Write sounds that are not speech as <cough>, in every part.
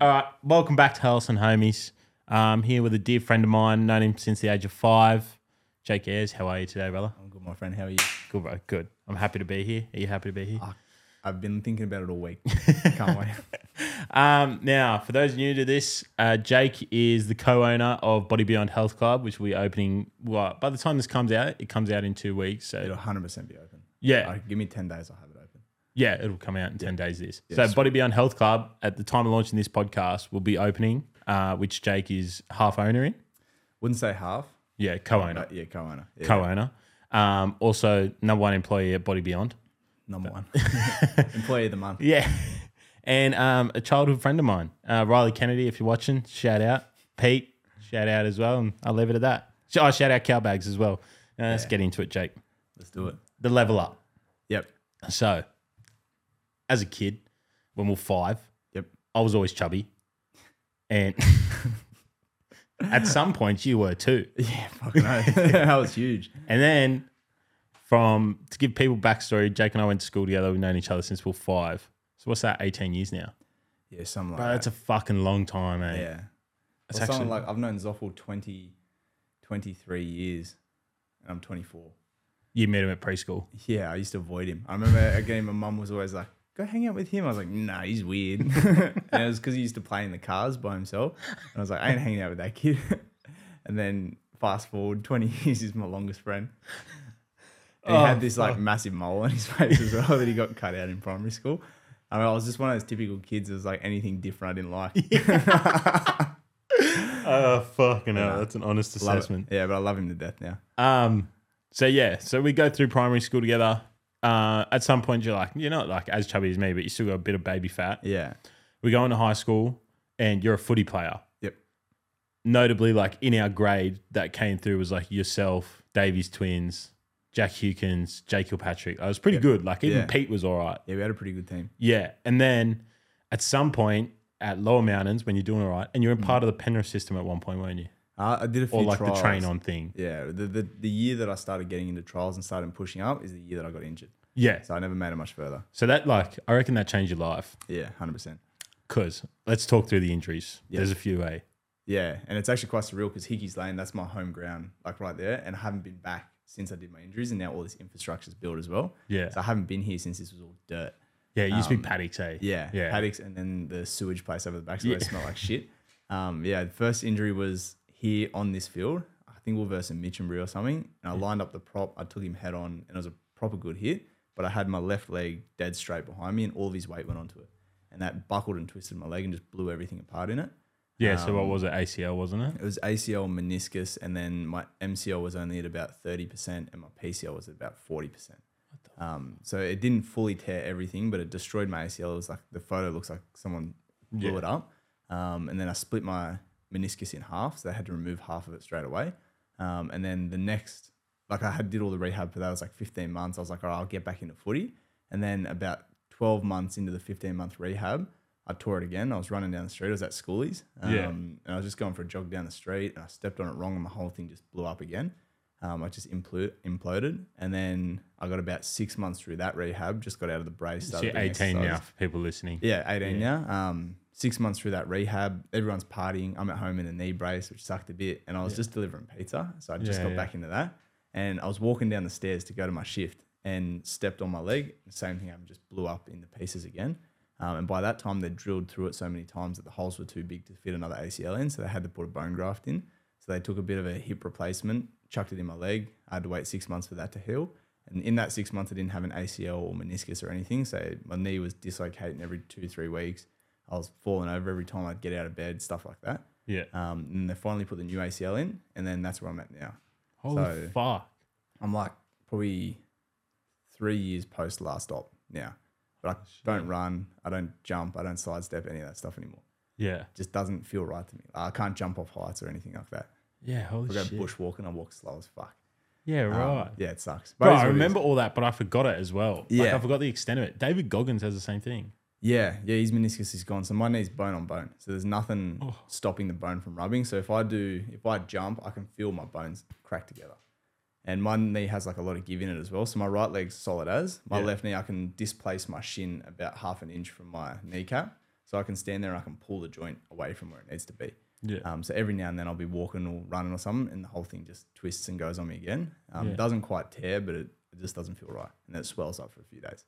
All right, welcome back to Hellas and Homies. Um, here with a dear friend of mine, known him since the age of five. Jake Ayres, how are you today, brother? I'm good, my friend. How are you? Good, bro. Good. I'm happy to be here. Are you happy to be here? I've been thinking about it <laughs> all week. Can't wait. Um, now, for those new to this, uh, Jake is the co-owner of Body Beyond Health Club, which we're opening. Well, by the time this comes out, it comes out in two weeks. So It'll 100% be open. yeah, Like, give me 10 days, I'll have it open. Yeah, it'll come out in 10 days. This. so, sweet. Body Beyond Health Club, at the time of launching this podcast, will be opening, uh, which Jake is half owner in. Wouldn't say half, Yeah, co owner. but yeah, co owner. Yeah, Co owner. Um, also, number one employee at Body Beyond. number <laughs> one. Employee of the month. Yeah. <laughs> And um, a childhood friend of mine, uh, Riley Kennedy, if you're watching, shout out. Pete, shout out as well. And I'll leave it at that. Sh- Oh, shout out Cowbags as well. Now, let's get into it, Jake. Let's do it. The level up. Yep. <laughs> So, as a kid, when we were five, Yep. I was always chubby, and <laughs> at some point you were too. Yeah, fucking no. <laughs> that was huge. And then, from to give people backstory, Jake and I went to school together. We've known each other since we were five. So what's that? Eighteen years now. Yeah, something like Bro, that's a fucking long time, that. eh? Yeah. It's Or something actually- like I've known Zoffel 20, 23 years and I'm 24. You met him at preschool. Yeah, I used to avoid him. I remember <laughs> again, my mum was always like, go hang out with him. I was like, nah, he's weird. <laughs> and it was because he used to play in the cars by himself. And I was like, I ain't hanging out with that kid. <laughs> and then fast forward <laughs> 20 years, he's my longest friend. And he Oh, had this like massive mole on his <laughs> face as well that he got cut out in primary school. I mean, I was just one of those typical kids that was like anything different I didn't <laughs> like. Oh fucking hell, that's an honest Love it. Yeah, but I love him to death now. Um, so yeah, so we go through primary school together. Uh, at some point you're like, you're not like as chubby as me, but you still got a bit of baby fat. Yeah. we go into high school and you're a footy player. Yep. Notably, like in our grade that came through was like yourself, Davies twins, Jack Hawkins, Jake Kilpatrick. I was pretty good. Like even Yeah. Pete was all right. Yeah, we had a pretty good team. Yeah. And then at some point at Lower Mountains, when you're doing all right, and you're in part of the Penrith system at one point, weren't you? Uh, I, I did a few Or like trials. the train on thing. Yeah, the, the the year that I started getting into trials and started pushing up is the year that I got injured. Yeah. So I never made it much further. So that like I reckon that changed your life. Yeah, hundred percent. Cause let's talk through the injuries. There's a few, eh? Yeah, and it's actually quite surreal because Hickey's Lane, that's my home ground, like right there, and I haven't been back since I did my injuries, and now all this infrastructure's built as well. Yeah. So I haven't been here since this was all dirt. Yeah, it used to be paddocks, eh? Um, Yeah, Yeah. paddocks, and then the sewage place over the back, so they smell like shit. Um, yeah, the first injury was here on this field. I think we were versus Mitchenbury or something, and I lined up the prop. I took him head on, and it was a proper good hit. But I had my left leg dead straight behind me, and all of his weight went onto it, and that buckled and twisted my leg and just blew everything apart in it. Yeah, so what was it? ACL, wasn't it? Um, It was ACL, meniscus, and then my MCL was only at about 30%, and my PCL was at about 40%. Um, so it didn't fully tear everything, but it destroyed my ACL. It was like the photo looks like someone blew Yeah. it up. Um, and then I split my meniscus in half, so they had to remove half of it straight away. Um, and then the next, like I had did all the rehab for that. It was like 15 months. I was like, all right, I'll get back into footy. And then about 12 months into the 15 month rehab, I tore it again. I was running down the street. I was at Schoolies. Um, Yeah. And I was just going for a jog down the street and I stepped on it wrong and my whole thing just blew up again. Um, I just impl- imploded. And then I got about six months through that rehab, just got out of the brace. So started you're doing 18 now exercise. for people listening. Yeah, 18 now. Um, six months through that rehab, everyone's partying. I'm at home in a knee brace, which sucked a bit. And I was just delivering pizza. So I just Yeah, got yeah. back into that. And I was walking down the stairs to go to my shift and stepped on my leg. Same thing happened, just blew up into pieces again. Um, and by that time, they drilled through it so many times that the holes were too big to fit another ACL in. So they had to put a bone graft in. So they took a bit of a hip replacement, chucked it in my leg. I had to wait six months for that to heal. And in that six months, I didn't have an ACL or meniscus or anything. So my knee was dislocating every two, three weeks. I was falling over every time I'd get out of bed, stuff like that. Yeah. Um, and they finally put the new ACL in. And then that's where I'm at now. Holy so- fuck. I'm like probably three years post last stop now. But I don't run, I don't jump, I don't side step any of that stuff anymore. Yeah. just doesn't feel right to me. Like, I can't jump off heights or anything like that. Yeah. Holy I go shit. bushwalking, I walk slow as fuck. Yeah. Um, Right. yeah, it sucks. But Bro, it is I what it is. remember all that, but I forgot it as well. Like, Yeah. I forgot the extent of it. David Goggins has the same thing. Yeah, yeah, his meniscus is gone. So my knee's bone on bone. So there's nothing Oh. stopping the bone from rubbing. So if I do, if I jump, I can feel my bones crack together. And my knee has like a lot of give in it as well. So my right leg's solid as. My Yeah. left knee, I can displace my shin about half an inch from my kneecap. So I can stand there and I can pull the joint away from where it needs to be. Yeah. Um, so every now and then I'll be walking or running or something, and the whole thing just twists and goes on me again. Um, Yeah. Doesn't quite tear, but it, it just doesn't feel right, and it swells up for a few days.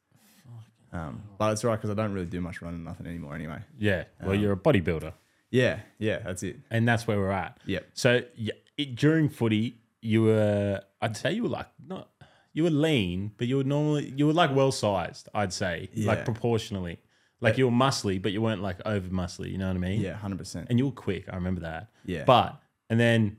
Um, but it's all right because I don't really do much running, nothing anymore anyway. Yeah. Um, Well, you're a bodybuilder, Yeah, yeah, that's it. and that's where we're at. Yep. So yeah, it, during footy, you were I'd say you were like not you were lean, but you were normally you were like well sized. I'd say Yeah. like proportionally, like you were muscly, but you weren't like over muscly. You know what I mean? Yeah, hundred percent. And you were quick. I remember that. Yeah. But and then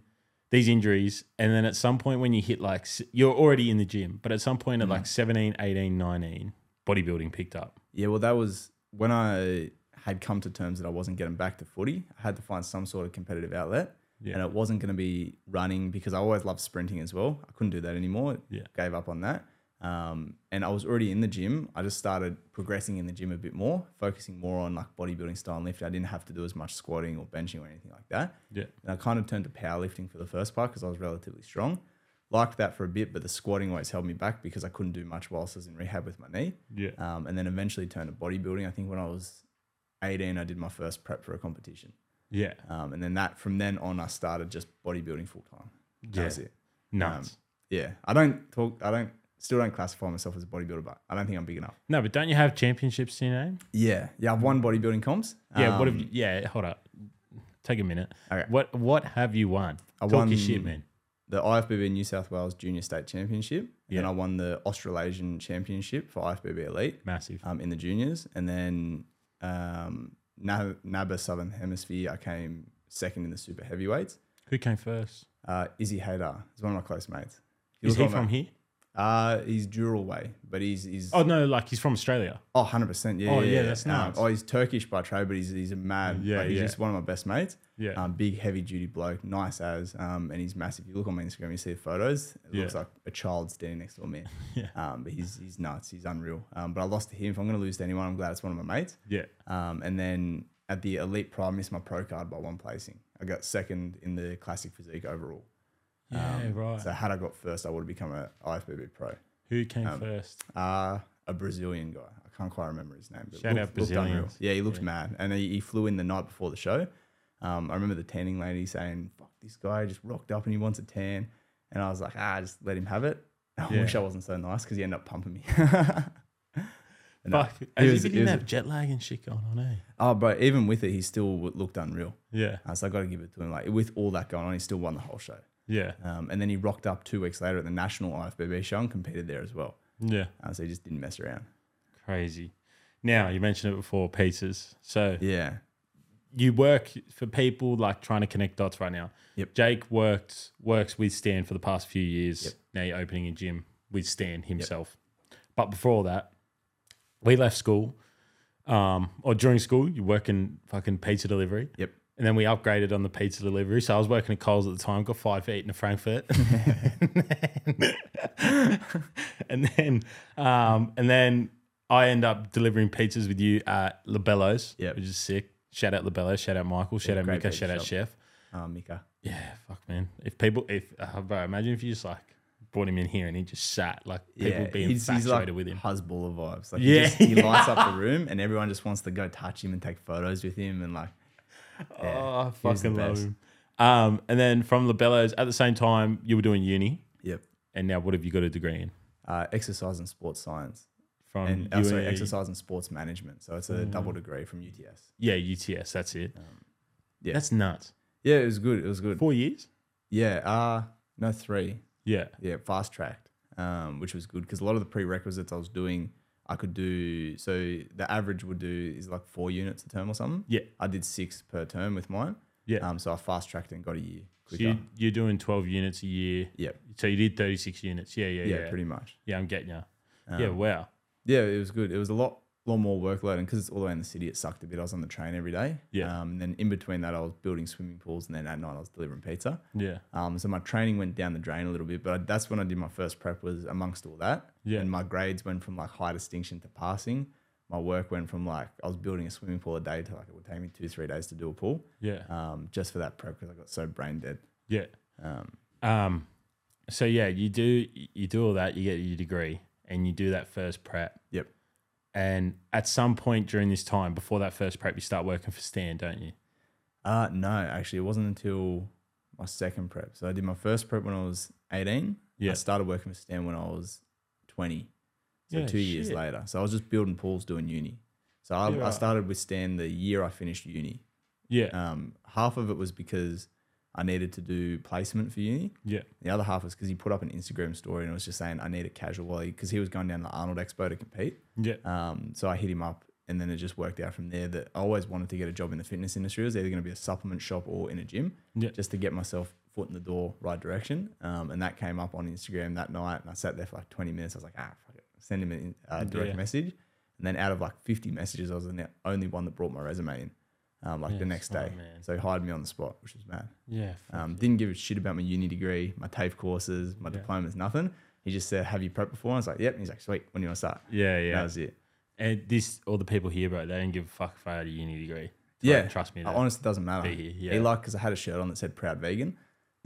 these injuries, and then at some point when you hit like s- you're already in the gym, but at some point Mm. at like 17, 18, 19, bodybuilding picked up. Yeah, well, that was when I had come to terms that I wasn't getting back to footy. I had to find some sort of competitive outlet, Yeah. and it wasn't going to be running because I always loved sprinting as well. I couldn't do that anymore. Yeah. gave up on that. Um, and I was already in the gym. I just started progressing in the gym a bit more, focusing more on like bodybuilding style and lifting. I didn't have to do as much squatting or benching or anything like that. Yeah. And I kind of turned to powerlifting for the first part because I was relatively strong. Liked that for a bit, but the squatting always held me back because I couldn't do much whilst I was in rehab with my knee. Yeah. Um, and then eventually turned to bodybuilding. I think when I was 18, I did my first prep for a competition. Yeah. Um, and then that from then on, I started just bodybuilding full time. That Yeah. was it. Um, Nuts. Yeah, I don't talk. I don't still don't classify myself as a bodybuilder, but I don't think I'm big enough. no, but don't you have championships to your name? Yeah, yeah, I've won bodybuilding comps. Yeah, what Um, have you, yeah, hold up. Take a minute. Okay. What what have you won? I Talk won- your shit, man. the IFBB New South Wales Junior State Championship, and then Yeah. I won the Australasian Championship for IFBB Elite Massive. um, in the juniors, and then um, Na- NABA Southern Hemisphere. I came second in the super heavyweights. Who came first? Uh, Izzy Hader is one of my close mates. Is he look on from that- here? Uh, he's Dural way, but he's he's Oh no, like he's from Australia. Oh, 100%. Yeah. Oh, yeah, yeah, that's Um, nuts. oh, he's Turkish by trade, but he's, he's a mad, Yeah, yeah, he's yeah. just one of my best mates. Yeah. Um, big, heavy duty bloke, nice as, um, and he's massive. You look on my Instagram, you see the photos, it looks Yeah. like a child standing next to a man. <laughs> Yeah. Um, but he's, he's nuts, he's unreal. Um, but I lost to him. If I'm going to lose to anyone, I'm glad it's one of my mates. Yeah. Um, and then at the Elite Pro, I missed my pro card by one placing. I got second in the Classic Physique overall. Yeah, right. um, So had I got first, I would have become a IFBB pro. Who came um, first? Uh, a Brazilian guy. I can't quite remember his name. But Shout out Brazilians. unreal. yeah, he looked mad. And he, he flew in the night before the show. Um, I remember the tanning lady saying, fuck, this guy just rocked up and he wants a tan. And I was like, ah, just let him have it. <laughs> I Yeah. wish I wasn't so nice because he ended up pumping me. <laughs> no. Fuck. As was- if he he didn't was- have jet lag and shit going on, eh? oh, bro, even with it, he still w- looked unreal. Yeah. Uh, so I got to give it to him. Like, with all that going on, he still won the whole show. Yeah. Um, and then he rocked up two weeks later at the national IFBB show and competed there as well. Yeah. Uh, so he just didn't mess around. Crazy. Now you mentioned it before, pieces. So Yeah. you work for people like trying to connect dots right now. Yep. Jake worked works with Stan for the past few years. Now you're opening a gym with Stan himself. But before all that, we left school. Um, or during school, you work in fucking pizza delivery. Yep. And then we upgraded on the pizza delivery. So I was working at Coles at the time, got five feet in a Frankfurt. <laughs> and then um, and then I end up delivering pizzas with you at Labello's, Yep. which is sick. Shout out Labello, shout out Michael, shout out great Mika, pizza shout out shop. Chef. Uh, Mika. Yeah, fuck man. If people, if uh, bro, imagine if you just like brought him in here and he just sat like people being infatuated like with him. Hezbollah vibes. Like Yeah. he, just, he <laughs> lights up the room, and everyone just wants to go touch him and take photos with him, and like oh, I was the fucking love best. him. Um, and then from Labello's, at the same time you were doing uni, yep. and now what have you got a degree in? Uh, exercise and sports science, From E. and oh, sorry, UE exercise and sports management. So it's a Mm. double degree from UTS. Yeah, UTS. That's it. Um, yeah. That's nuts. Yeah, it was good. It was good. Four years. Yeah. Uh, no three. Yeah. Yeah, fast tracked, um, which was good because a lot of the prerequisites I was doing, I could do. So the average would do is like four units a term or something. Yeah. I did six per term with mine. Yeah. Um, so I fast tracked and got a year So quicker. you, you're doing 12 units a year. Yep. So you did 36 units. Yeah, yeah, yeah. yeah, Yeah, pretty Um, much. I'm getting you. yeah, wow. Yeah, it was good. It was a lot, lot more workload, and because it's all the way in the city, it sucked a bit. I was on the train every day. Yeah. Um, and then in between that, I was building swimming pools, and then at night I was delivering pizza. Yeah. Um, so my training went down the drain a little bit, but I, that's when I did my first prep was amongst all that. Yeah. And my grades went from like high distinction to passing. My work went from like I was building a swimming pool a day to like it would take me two three days to do a pool. Yeah. Um, just for that prep because I got so brain dead. Yeah. Um, Um, so yeah, you do you do all that, you get your degree, and you do that first prep. yep. And at some point during this time, before that first prep, you start working for Stan, don't you? Uh, no, actually, it wasn't until my second prep. So I did my first prep when I was 18. Yeah. I started working for Stan when I was 20. So Yeah, two years shit. later. So I was just building pools doing uni. So I, Yeah, I right. started with Stan the year I finished uni. Yeah. Um, half of it was because I needed to do placement for uni. yeah. The other half was because he put up an Instagram story and it was just saying I need a casual while because he was going down to the Arnold Expo to compete. Yeah. Um, so I hit him up, and then it just worked out from there. That I always wanted to get a job in the fitness industry. It was either going to be a supplement shop or in a gym, Yeah. just to get myself foot in the door, right direction. Um, and that came up on Instagram that night, and I sat there for like 20 minutes. I was like, ah, fuck it. send him an uh, direct Yeah. message. And then out of like 50 messages, I was the only one that brought my resume in, um, like Yeah, the next oh, day. man. So he hired me on the spot, which was mad. Yeah. fuck Um, didn't give a shit about my uni degree, my TAFE courses, my Yeah. diplomas, nothing. He just said, "Have you prepped before?" I was like, "Yep." And he's like, "Sweet, when do you want to start?" yeah. And Yeah. that was it. and this, all the people here, bro, they don't give a fuck if I had a uni degree. Like, Yeah, Trust me. I that- honestly, doesn't matter. be here, He yeah. liked because I had a shirt on that said "Proud Vegan,"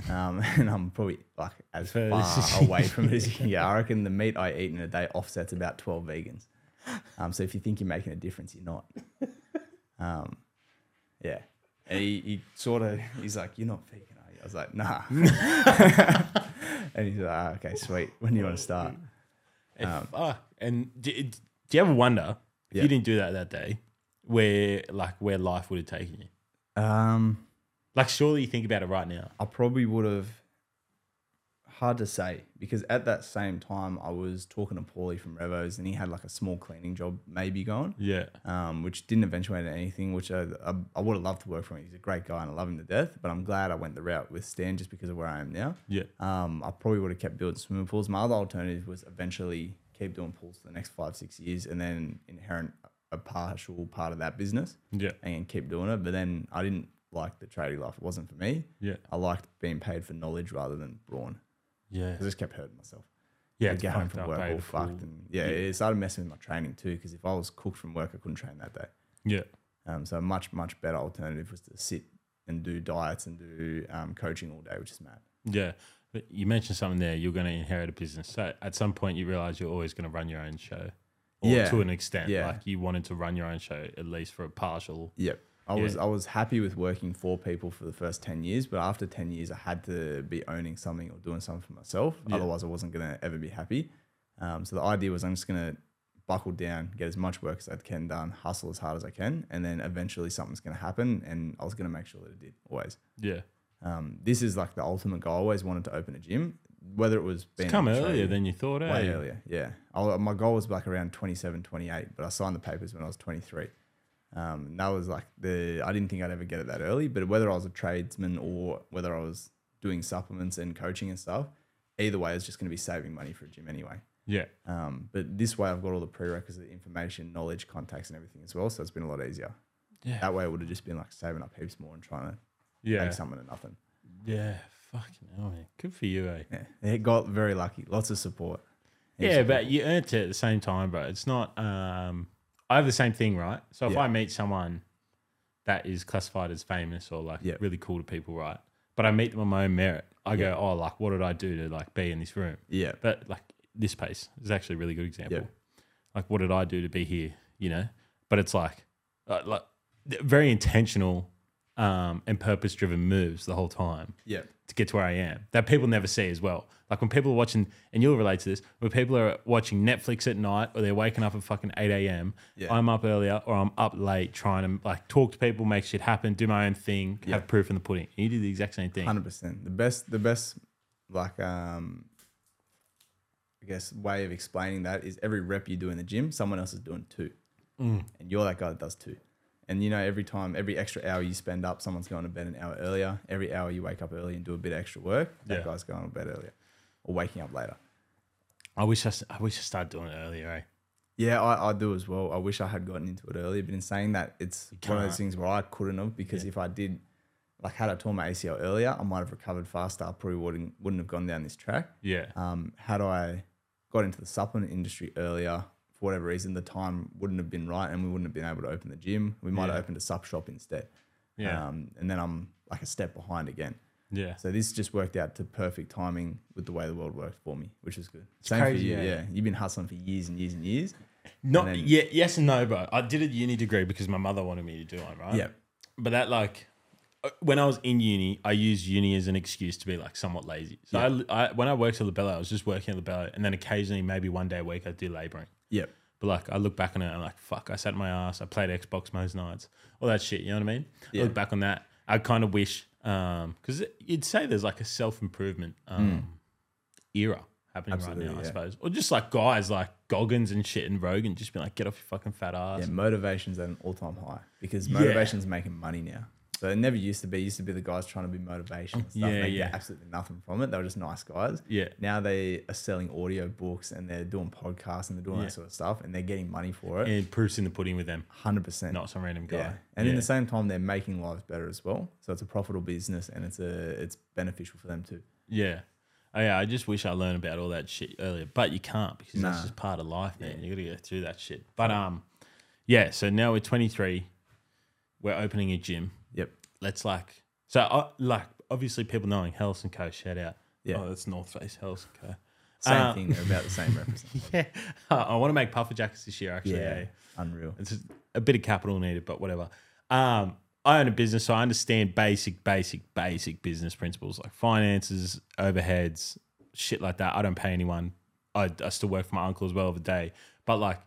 um, <laughs> and I'm probably like as Fair. far <laughs> away from <laughs> it as you can get. I reckon the meat I eat in a day offsets about twelve vegans. Um, so if you think you're making a difference, you're not. Um, yeah, and he, he sort of he's like, "You're not vegan, are you?" I was like, "Nah," <laughs> and he's like, ah, "Okay, sweet. When do you want to start?" If- ah, and do, do you ever wonder if Yeah. you didn't do that that day, where like where life would have taken you? Um, Like, surely you think about it right now. I probably would have. Hard to say because at that same time I was talking to Paulie from Revo's and he had like a small cleaning job maybe going, Yeah. um, which didn't eventuate in anything. Which I, I, I would have loved to work for him. He's a great guy and I love him to death. But I'm glad I went the route with Stan just because of where I am now. Yeah. Um, I probably would have kept building swimming pools. My other alternative was eventually keep doing pools for the next five six years and then inherit a partial part of that business Yeah. and keep doing it. But then I didn't like the tradie life. It wasn't for me. Yeah. I liked being paid for knowledge rather than brawn. Yeah. I just kept hurting myself. Yeah. I'd it's get home fucked from up, work eh, all the full- fucked, and yeah, it started messing with my training too. Because if I was cooked from work, I couldn't train that day. Yeah. Um, so a much much better alternative was to sit and do diets and do um, coaching all day, which is mad. Yeah. But you mentioned something there. You're going to inherit a business. So at some point, you realize you're always going to run your own show. Or Yeah. To an extent. Yeah. Like, you wanted to run your own show, at least for a partial. Yep. I was Yeah. I was happy with working for people for the first ten years, but after ten years, I had to be owning something or doing something for myself. Yeah. Otherwise, I wasn't gonna ever be happy. Um, so the idea was I'm just gonna buckle down, get as much work as I can done, hustle as hard as I can, and then eventually something's gonna happen, and I was gonna make sure that it did always. Yeah. Um, this is like the ultimate goal. I always wanted to open a gym, whether it was being It's come a trader- earlier than you thought, eh? way earlier. Yeah. I, my goal was like around 27, 28, but I signed the papers when I was 23. Um, and that was like the, I didn't think I'd ever get it that early, but whether I was a tradesman or whether I was doing supplements and coaching and stuff, either way, I was just going to be saving money for a gym anyway. Yeah. Um, but this way, I've got all the prerequisite information, knowledge, contacts, and everything as well. So it's been a lot easier. Yeah. That way, it would have just been like saving up heaps more and trying to Yeah. make something of nothing. Yeah. Fucking hell, man. Good for you, eh? Yeah. It got very lucky. Lots of support. Yeah, but you earned it at the same time, bro. It's not. Um, I have the same thing, right? So if Yeah. I meet someone that is classified as famous or like Yeah. really cool to people, right? But I meet them on my own merit. I go, oh, like what did I do to like be in this room? Yeah. But like this pace is actually a really good example. Yeah. Like what did I do to be here? You know. But it's like, uh, like very intentional um, and purpose-driven moves the whole time Yeah. to get to where I am that people never see as well. Like when people are watching, and you'll relate to this, when people are watching Netflix at night or they're waking up at fucking 8 a.m., Yeah. I'm up earlier or I'm up late trying to like talk to people, make shit happen, do my own thing, have proof in the pudding. And you do the exact same thing. Hundred percent. The best, the best, like um, I guess way of explaining that is every rep you do in the gym, someone else is doing two, Mm. and you're that guy that does two. And you know, every time, every extra hour you spend up, someone's going to bed an hour earlier. Every hour you wake up early and do a bit of extra work, that Yeah. guy's going to bed earlier or waking up later. I wish I, s- I wish I started doing it earlier, eh? Yeah, I, I do as well. I wish I had gotten into it earlier, but in saying that, it's one of those can't. things where I couldn't have because if I did, like, had I torn my ACL earlier, I might have recovered faster. I probably wouldn't wouldn't have gone down this track. Yeah. um, had I got into the supplement industry earlier, for whatever reason, the time wouldn't have been right and we wouldn't have been able to open the gym. We might Yeah. have opened a sub shop instead. Yeah. Um, and then I'm like a step behind again. yeah. So this just worked out to perfect timing with the way the world worked for me, which is good. Same crazy, for you. eh? Yeah. You've been hustling for years and years and years. Not then- yeah, yes and no, bro. I did a uni degree because my mother wanted me to do one, right? Yeah. But that like uh, when I was in uni, I used uni as an excuse to be like somewhat lazy. So I, I when I worked at Labella, I was just working at Labella, and then occasionally maybe one day a week I'd do labouring. Yep. But like I look back on it, and I'm like, fuck, I sat my ass. I played Xbox most nights, all that shit. You know what I mean? I look back on that. I kind of wish, um, because you'd say there's like a self improvement um era happening right Hmm. now, Absolutely, I yeah. suppose, or just like guys like Goggins and shit and Rogan, just being like, get off your fucking fat ass. Yeah, motivation's at an all time high because motivation's making money now. So it never used to be. It used to be the guys trying to be <laughs> motivational and stuff. Yeah, they get yeah. absolutely nothing from it. They were just nice guys. Yeah. Now they are selling audio books and they're doing podcasts and they're doing Yeah. that sort of stuff and they're getting money for it. And proofs in the pudding with them, Hundred percent. not some random guy. Yeah. And in Yeah. the same time, they're making lives better as well. So it's a profitable business and it's a it's beneficial for them too. Yeah. Oh, yeah, I just wish I learned about all that shit earlier, but you can't because that's Nah. just part of life, man. You got to go through that shit. But um, yeah. So now we're 23. We're opening a gym. Yep. Let's like so I, like obviously people knowing Hells and Co. Shout out. Yeah. Oh, that's North Face Hells and Co. Same Uh, thing. They're about the same <laughs> representation. <laughs> Yeah. I want to make puffer jackets this year. Actually, eh? Unreal. It's just a bit of capital needed, but whatever. Um, I own a business, so I understand basic, basic, basic business principles like finances, overheads, shit like that. I don't pay anyone. I, I still work for my uncle as well of a day, but like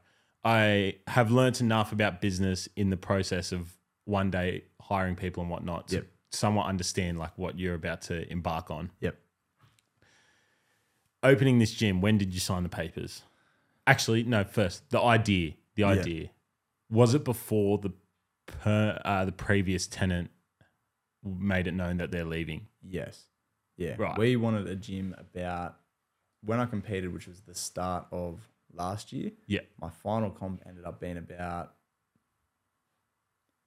I have learnt enough about business in the process of one day hiring people and whatnot to Yep. somewhat understand like what you're about to embark on. Yep. Opening this gym, when did you sign the papers? Actually, no, first, the idea. The idea. Was it before the per, uh, the previous tenant made it known that they're leaving? Yes. Yeah. Right. We wanted a gym about when I competed, which was the start of last year. Yeah. My final comp ended up being about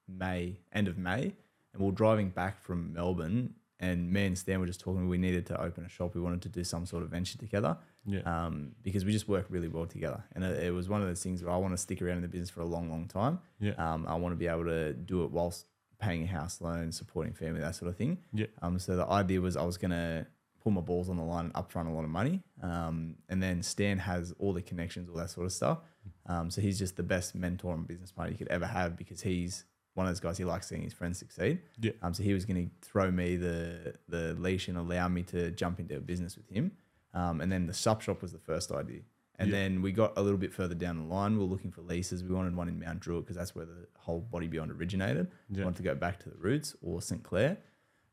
May, end of May. And we are driving back from Melbourne, and me and Stan were just talking. We needed to open a shop. We wanted to do some sort of venture together Yeah. um, because we just work really well together. And it, it was one of those things where I want to stick around in the business for a long, long time. Yeah. Um, I want to be able to do it whilst paying a house loan, supporting family, that sort of thing. Yeah. Um, so the idea was I was going to pull my balls on the line and upfront a lot of money. Um, and then Stan has all the connections, all that sort of stuff. Um, so he's just the best mentor and business partner you could ever have because he's one of those guys he likes seeing his friends succeed. Yeah. Um, so he was going to throw me the the leash and allow me to jump into a business with him. Um, and then the sub shop was the first idea. And then we got a little bit further down the line. We were looking for leases. We wanted one in Mount Druitt because that's where the whole Body Beyond originated. We Yeah. wanted to go back to the roots or St Clair.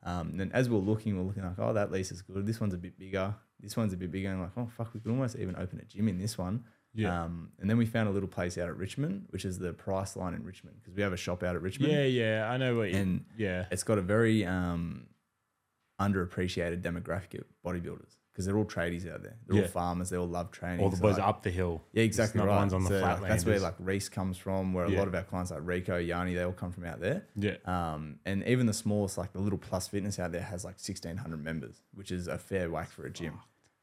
Um, and then as we we're looking, we we're looking like, oh, that lease is good. This one's a bit bigger. This one's a bit bigger. And like, oh fuck, we could almost even open a gym in this one. Yeah. Um, and then we found a little place out at Richmond, which is the Price Line in Richmond, because we have a shop out at Richmond. Yeah, yeah. I know what you. And yeah. it's got a very um, underappreciated demographic of bodybuilders because they're all tradies out there. They're Yeah. all farmers. They all love training. All the So, boys like- up the hill. yeah, exactly Another right. one's on the So, like, flatland. that's where like Reese comes from. Where a Yeah. lot of our clients like Rico, Yanni, they all come from out there. yeah. Um, and even the smallest, like the little Plus Fitness out there, has like sixteen hundred members, which is a fair whack for a gym.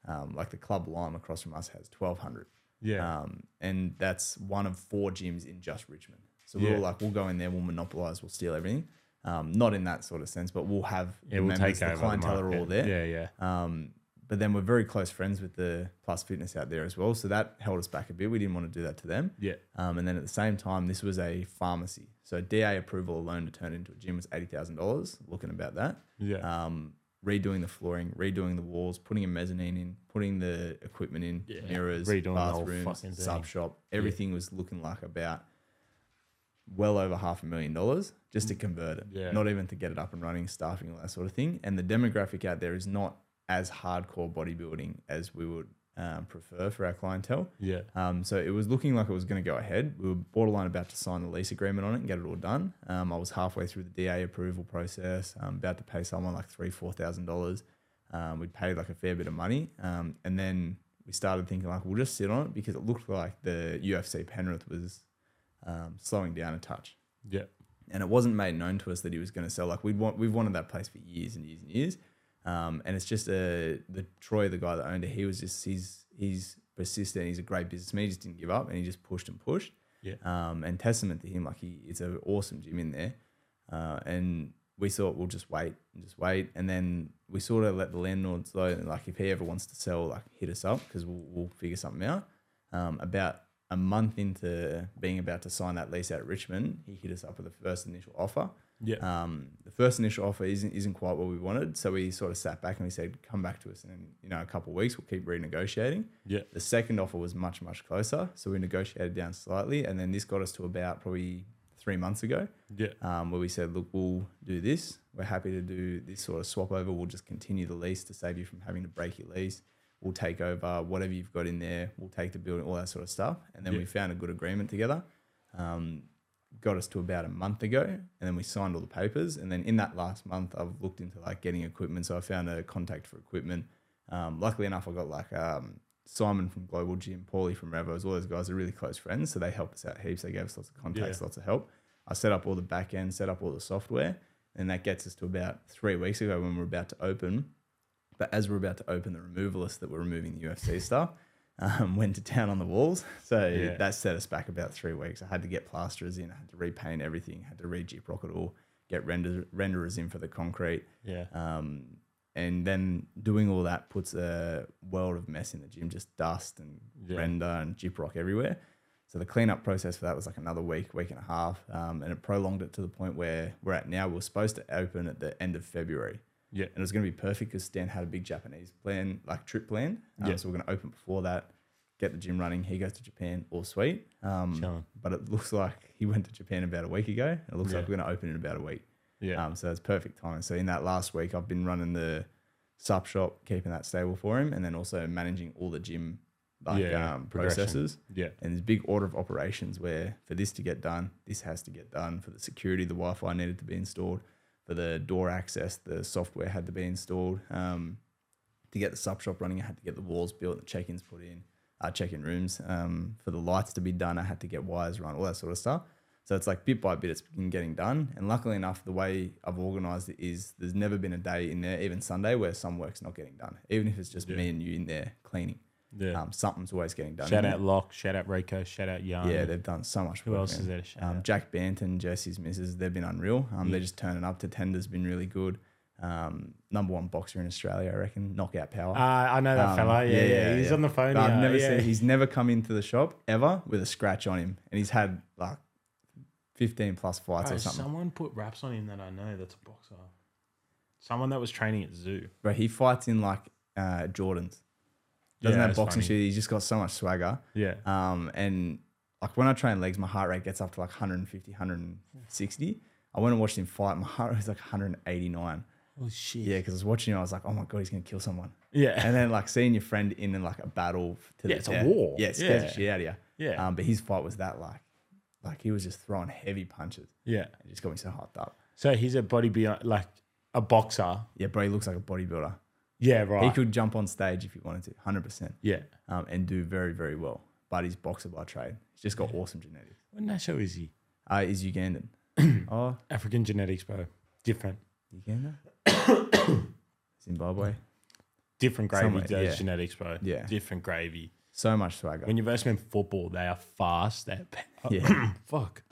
Um, like the Club Lime across from us has twelve hundred. Yeah. Um, and that's one of four gyms in just Richmond. So we Yeah. we're like, we'll go in there, we'll monopolize, we'll steal everything. Um, not in that sort of sense, but we'll have it will take the over. clientele are market. all there. Yeah, yeah. Um, but then we're very close friends with the Plus Fitness out there as well. So that held us back a bit. We didn't want to do that to them. Yeah. Um, and then at the same time, this was a pharmacy. So DA approval alone to turn it into a gym was $80,000, looking about that Yeah. um, redoing the flooring, redoing the walls, putting a mezzanine in, putting the equipment in, Yeah. mirrors, Redoing the whole fucking bathrooms, thing. sub shop. Everything was looking like about well over half a million dollars just to convert it. Yeah. Not even to get it up and running, staffing, all that sort of thing. And the demographic out there is not as hardcore bodybuilding as we would um, prefer for our clientele. yeah. Um, so it was looking like it was going to go ahead. We were borderline about to sign the lease agreement on it and get it all done. Um, I was halfway through the DA approval process, um, about to pay someone like three, four thousand dollars. Um, we'd paid like a fair bit of money, um, and then we started thinking like we'll just sit on it because it looked like the UFC Penrith was um, slowing down a touch Yeah. and it wasn't made known to us that he was going to sell. Like we want, we've wanted that place for years and years and years. Um, and it's just uh, the Troy, the guy that owned it, he was just he's he's persistent. He's a great businessman. He just didn't give up, and he just pushed and pushed. Yeah. Um, and testament to him, like he, it's an awesome gym in there. Uh, and we thought we'll just wait and just wait, and then we sort of let the landlords know, like if he ever wants to sell, like hit us up because we'll, we'll figure something out. Um, about a month into being about to sign that lease at Richmond, he hit us up with the first initial offer. Yeah. Um, the first initial offer isn't isn't quite what we wanted, so we sort of sat back and we said, "Come back to us in you know a couple of weeks. We'll keep renegotiating." Yeah. The second offer was much much closer, so we negotiated down slightly, and then this got us to about probably three months ago, Yeah. um, where we said, "Look, we'll do this. We're happy to do this sort of swap over. We'll just continue the lease to save you from having to break your lease." We'll take over whatever you've got in there. We'll take the building, all that sort of stuff, and then Yeah. we found a good agreement together. Um, got us to about a month ago and then we signed all the papers and then in that last month i've looked into like getting equipment so i found a contact for equipment um, luckily enough i got like um, simon from global gym paulie from revos all those guys are really close friends so they helped us out heaps they gave us lots of contacts lots of help i set up all the back end set up all the software and that gets us to about three weeks ago when we're about to open but as we're about to open the removalist that we're removing the UFC stuff, um, went to town on the walls. So Yeah. that set us back about three weeks. I had to get plasterers in, I had to repaint everything, had to re rock it all, get render- renderers in for the concrete. Yeah. Um, and then doing all that puts a world of mess in the gym, just dust and Yeah. render and gyprock everywhere. So the cleanup process for that was like another week, week and a half, um, and it prolonged it to the point where we're at now. We We're supposed to open at the end of February Yeah. and it was going to be perfect because Stan had a big Japanese plan, like trip planned. Um, Yeah. So we're going to open before that, get the gym running. He goes to Japan, all sweet. Um, Chilling. but it looks like he went to Japan about a week ago. and It looks Yeah. like we're going to open in about a week. Yeah. Um, so it's perfect timing. So in that last week, I've been running the sup shop, keeping that stable for him, and then also managing all the gym like Yeah, um, progression. processes. yeah. And there's big order of operations where for this to get done, this has to get done. For the security, the Wi-Fi needed to be installed. For the door access, the software had to be installed. Um, to get the sub shop running, I had to get the walls built, the check-ins put in, uh, check-in rooms. Um, for the lights to be done, I had to get wires run, all that sort of stuff. So it's like bit by bit, it's been getting done. And luckily enough, the way I've organised it is there's never been a day in there, even Sunday, where some work's not getting done, even if it's just me and you in there cleaning. Yeah. Um, something's always getting done. shout in out Locke. Shout out Reiko. Shout out Yarn. yeah, they've done so much. Um, Who work, else man. is there to shout Um, out? Jack Banton, Jesse's missus, they've been unreal. Um, They're just turning up. Tatenda's been really good. Um, number one boxer in Australia, I reckon. Knockout power. Uh, I know that Um, fella. Yeah, yeah, He's on the phone. But I've yeah, never yeah. seen. He's never come into the shop ever with a scratch on him, and he's had like fifteen plus fights Bro, or something. someone put wraps on him that I know that's a boxer. Someone that was training at zoo. But he fights in like uh, Jordans. Doesn't Yeah, have it's boxing funny. shoes. He's just got so much swagger. Yeah. Um, and like when I train legs, my heart rate gets up to like 150, 160. I went and watched him fight. My heart rate was like 189. Oh shit. Yeah, Yeah. because I was watching him, I was like, oh my god, he's gonna kill someone. <laughs> Yeah. And then like seeing your friend in, in like a battle. To Yeah, the it's a death. war. Yeah, it scares Yeah. the shit out of you. Yeah. Um, but his fight was that like, like he was just throwing heavy punches. It just got me so hyped up. So he's a body beyond like a boxer. Yeah, bro, he looks like a bodybuilder. Yeah. Right. He could jump on stage if he wanted to, 100%, yeah. um, and do very, very well. But he's boxer by trade. He's just got awesome genetics. What national is he? Uh, is Ugandan. oh, African genetics, bro. Different. Uganda? <coughs> Zimbabwe. Different gravy Somewhere, does yeah. genetics, bro. Yeah. Different gravy. So much swagger. When you verse them in football, they are fast. They're Yeah. <clears throat> fuck.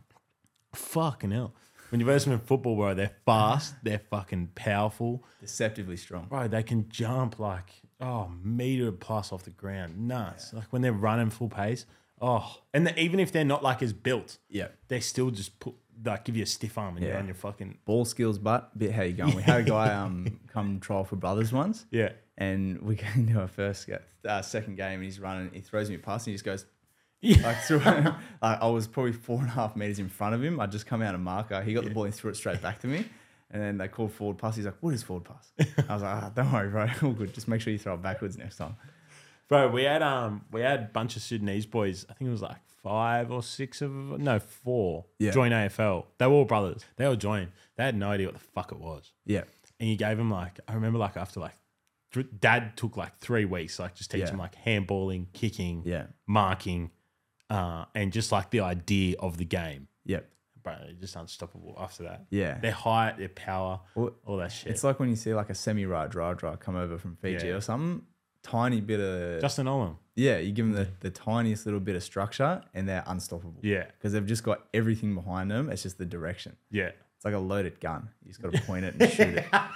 Fucking hell. When you verse them in football, bro, they're fast. They're fucking powerful. Deceptively strong. Bro, they can jump like oh meter plus off the ground. Nuts. Like when they're running full pace. Oh, and the, even if they're not like as built, Yeah. they still just put like give you a stiff arm and you're Yeah. on your fucking ball skills, but bit how you going. We had a guy um come trial for brothers once, yeah. and we <laughs> go into our first ga- uh, second game, and he's running. He throws me a pass, and he just goes Yeah. like through. <laughs> like, I was probably four and a half meters in front of him. I just come out of marker. He got the ball and threw it straight back to me. And then they called forward pass. He's like, "What is forward <laughs> pass?" I was like, ah, "Don't worry, bro. <laughs> All good. Just make sure you throw it backwards next time." Bro, we had um we had a bunch of Sudanese boys. I think it was like five or six of no four Yeah. join AFL. They were all brothers. They all joined. They had no idea what the fuck it was. Yeah, And you gave them like I remember like after like th- dad took like three weeks like just teach Yeah. them like handballing, kicking, yeah, marking, uh, and just like the idea of the game. yeah, Bro, they're just unstoppable after that. yeah. Their height, their power, Well, all that shit. It's like when you see like a semi-right dry dry come over from Fiji Yeah. or something. Tiny bit of Justin Olam. Yeah, you give them the, the tiniest little bit of structure and they're unstoppable. Yeah. Because they've just got everything behind them. It's just the direction. <laughs> Yeah. It's like a loaded gun. You just got to point it <laughs> and shoot it. Oh,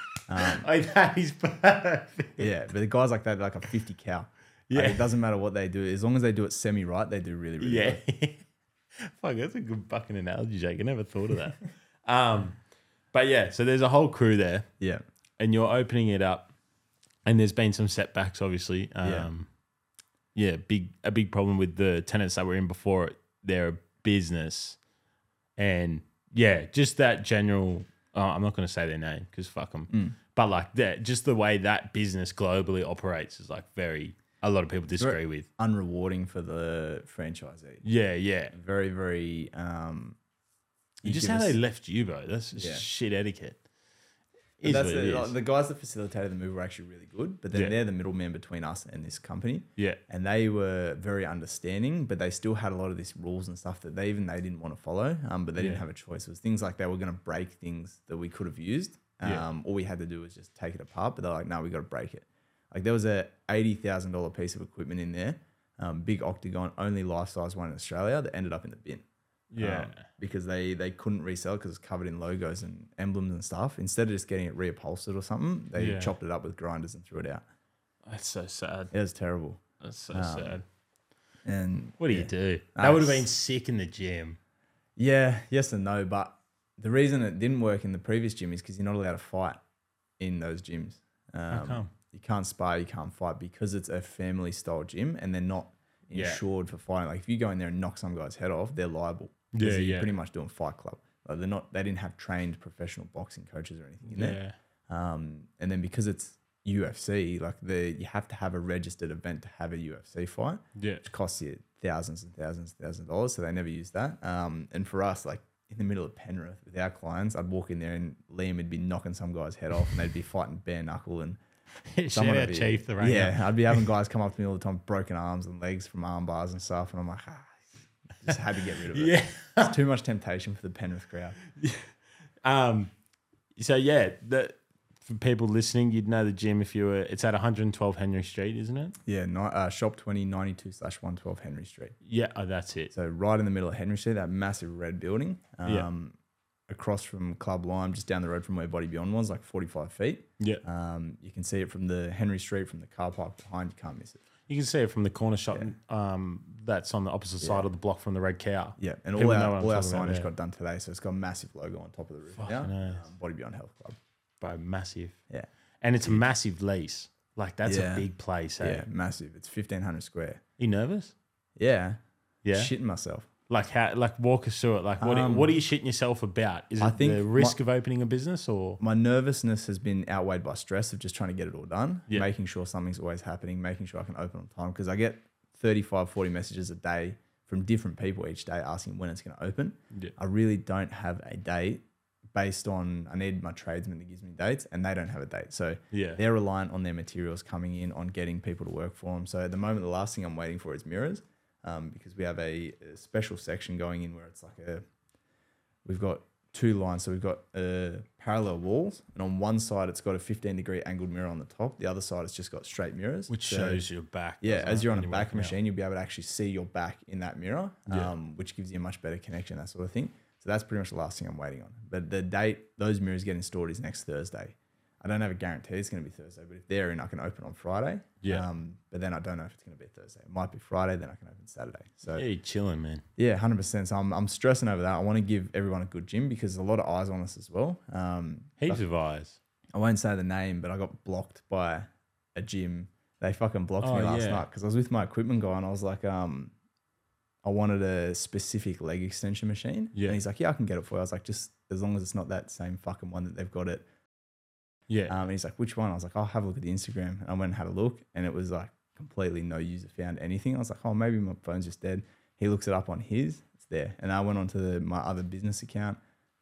that is perfect. Yeah. But the guys like that, they're like a 50 cow. Yeah. Yeah. it doesn't matter what they do. As long as they do it semi right, they do really, really Yeah. <laughs> well. Fuck, that's a good fucking analogy, Jake. I never thought of that. <laughs> um, but yeah, so there's a whole crew there, Yeah. and you're opening it up, and there's been some setbacks, obviously. Yeah. Um, yeah. big a big problem with the tenants that were in before it. They're a business, and yeah, just that general. Uh, I'm not going to say their name because fuck them. But like that, just the way that business globally operates is like very. A lot of people disagree with. Unrewarding for the franchisee. Yeah, yeah. Very, very. Um, you just give how us- they left you, bro. That's just Yeah. shit etiquette. But Is that's what it the, like, is. the guys that facilitated the move were actually really good, but then Yeah. they're the middleman between us and this company. yeah, And they were very understanding, but they still had a lot of these rules and stuff that they even they didn't want to follow. Um, but they Yeah. didn't have a choice. It was things like they were going to break things that we could have used. Um, Yeah. all we had to do was just take it apart. But they're like, no, we got to break it. Like there was a eighty thousand dollar piece of equipment in there, um, big octagon, only life size one in Australia that ended up in the bin yeah, um, because they they couldn't resell because it's covered in logos and emblems and stuff. Instead of just getting it reupholstered or something, they Yeah. chopped it up with grinders and threw it out. that's so sad. It was terrible. That's so Um, sad. And What do you yeah. do? Nah, That would have it's- been sick in the gym. Yeah, yes and no. But the reason it didn't work in the previous gym is because you're not allowed to fight in those gyms. Um, come? You can't spar, you can't fight because it's a family style gym and they're not Yeah. insured for fighting. Like if you go in there and knock some guy's head off, they're liable. 'Cause Yeah, you're yeah. pretty much doing fight club. Like they're not they didn't have trained professional boxing coaches or anything in there. Yeah, Um, and then because it's UFC, like the you have to have a registered event to have a UFC fight, yeah, which costs you thousands and thousands and thousands of dollars. So they never use that. Um, and for us, like in the middle of Penrith with our clients, I'd walk in there and Liam would be knocking some guy's head off, and they'd be fighting bare <laughs> knuckle and Shout would out be- Chief the Ranger. Yeah, I'd <laughs> be having guys come up to me all the time, broken arms and legs from arm bars and stuff, and I'm like, ah, just had to get rid of <laughs> it. yeah. it's too much temptation for the Penrith crowd. Um, so yeah, the, for people listening, you'd know the gym if you were. It's at 112 Henry Street, isn't it? Yeah, ni- uh, shop twenty ninety two slash one twelve Henry Street. Yeah, oh, that's it. So right in the middle of Henry Street, that massive red building. Yeah. Um, Across from Club Lime, just down the road from where Body Beyond was, like 45 feet. Yeah, Um, you can see it from the Henry Street, from the car park behind. You can't miss it. you can see it from the corner shop. Um, that's on the opposite side of the block from the Red Cow. Yeah, and all People know our, what I'm all our talking about, signage yeah. got done today, so it's got a massive logo on top of the roof now. Fucking oath. Um, Body Beyond Health Club. Bro, massive. Yeah. And it's a massive lease. Like that's Yeah. a big place. eh? Yeah, massive. It's 1500 square. You nervous? Yeah. Yeah. Shitting myself. Like how? Like walk us through it. Like what? Um, what are you shitting yourself about? Is it I think the my- risk of opening a business or? My nervousness has been outweighed by stress of just trying to get it all done, Yeah. making sure something's always happening, making sure I can open on time. Because I get 35, 40 messages a day from different people each day asking when it's going to open. Yeah. I really don't have a date based on, I need my tradesman that gives me dates and they don't have a date. So Yeah. they're reliant on their materials coming in, on getting people to work for them. So at the moment, the last thing I'm waiting for is mirrors um, because we have a, a special section going in where it's like a, we've got two lines. So we've got uh, parallel walls, and on one side, it's got a 15 degree angled mirror on the top. The other side, it's just got straight mirrors. Which So- shows your back. yeah, doesn't as it, you're on a when back working out? machine, you'll be able to actually see your back in that mirror, Yeah. um, which gives you a much better connection, that sort of thing. So that's pretty much the last thing I'm waiting on. But the date those mirrors get installed is next Thursday. I don't have a guarantee it's going to be Thursday, but if they're in, I can open on Friday. Yeah. Um, but then I don't know if it's going to be Thursday. It might be Friday, then I can open Saturday. So Yeah, you're chilling, man. yeah, hundred percent. So I'm, I'm stressing over that. I want to give everyone a good gym because there's a lot of eyes on us as well. Um, Heaps of eyes. I won't say the name, but I got blocked by a gym. They fucking blocked me Oh, last yeah. night because I was with my equipment guy and I was like, um, I wanted a specific leg extension machine. Yeah. And he's like, Yeah, I can get it for you. I was like, just as long as it's not that same fucking one that they've got it. Yeah. Um, and he's like, Which one? I was like, I'll have a look at the Instagram. And I went and had a look and it was like completely no user found anything. I was like, Oh, maybe my phone's just dead. He looks it up on his, it's there. And I went onto the, my other business account,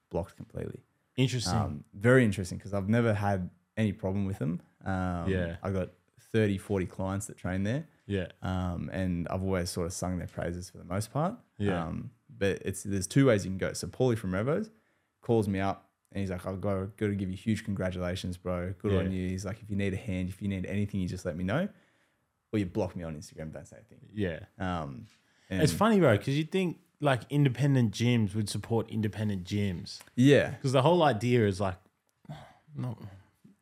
blocked completely. Interesting. Um, very interesting because I've never had any problem with them. Um, Yeah. I got 30, 40 clients that train there. yeah. Um, and I've always sort of sung their praises for the most part. Yeah. Um, but it's there's two ways you can go. So Paulie from Revo's calls me up and he's like, I've got, got to give you huge congratulations, bro. Good on Yeah. you. He's like, if you need a hand, if you need anything, you just let me know. Or you block me on Instagram, don't say anything. Yeah. Um, It's and- funny, bro, because you think like independent gyms would support independent gyms yeah. because the whole idea is like, not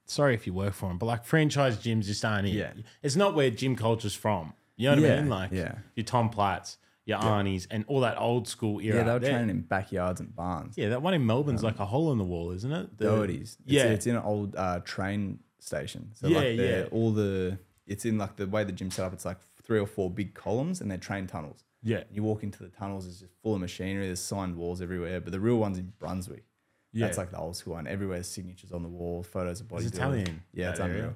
sorry if you work for them, but like franchise gyms just aren't it. Yeah. It's not where gym culture's from. You know what I Yeah, mean? Like yeah. your Tom Platts, your Arnie's, and all that old school era. Yeah, they were They're- training in backyards and barns. Yeah, that one in Melbourne's like a hole in the wall, isn't it? The- Oh, it is. It's, yeah. it's in an old uh, train station. So Yeah, like yeah. the, all the it's in like the way the gym's set up. It's like three or four big columns, and they're train tunnels. Yeah. You walk into the tunnels, it's just full of machinery. There's signed walls everywhere, but the real ones in Brunswick. Yeah. That's like the old school one. Everywhere's signatures on the wall, photos of bodybuilders. Italian, Yeah, that it's area. unreal.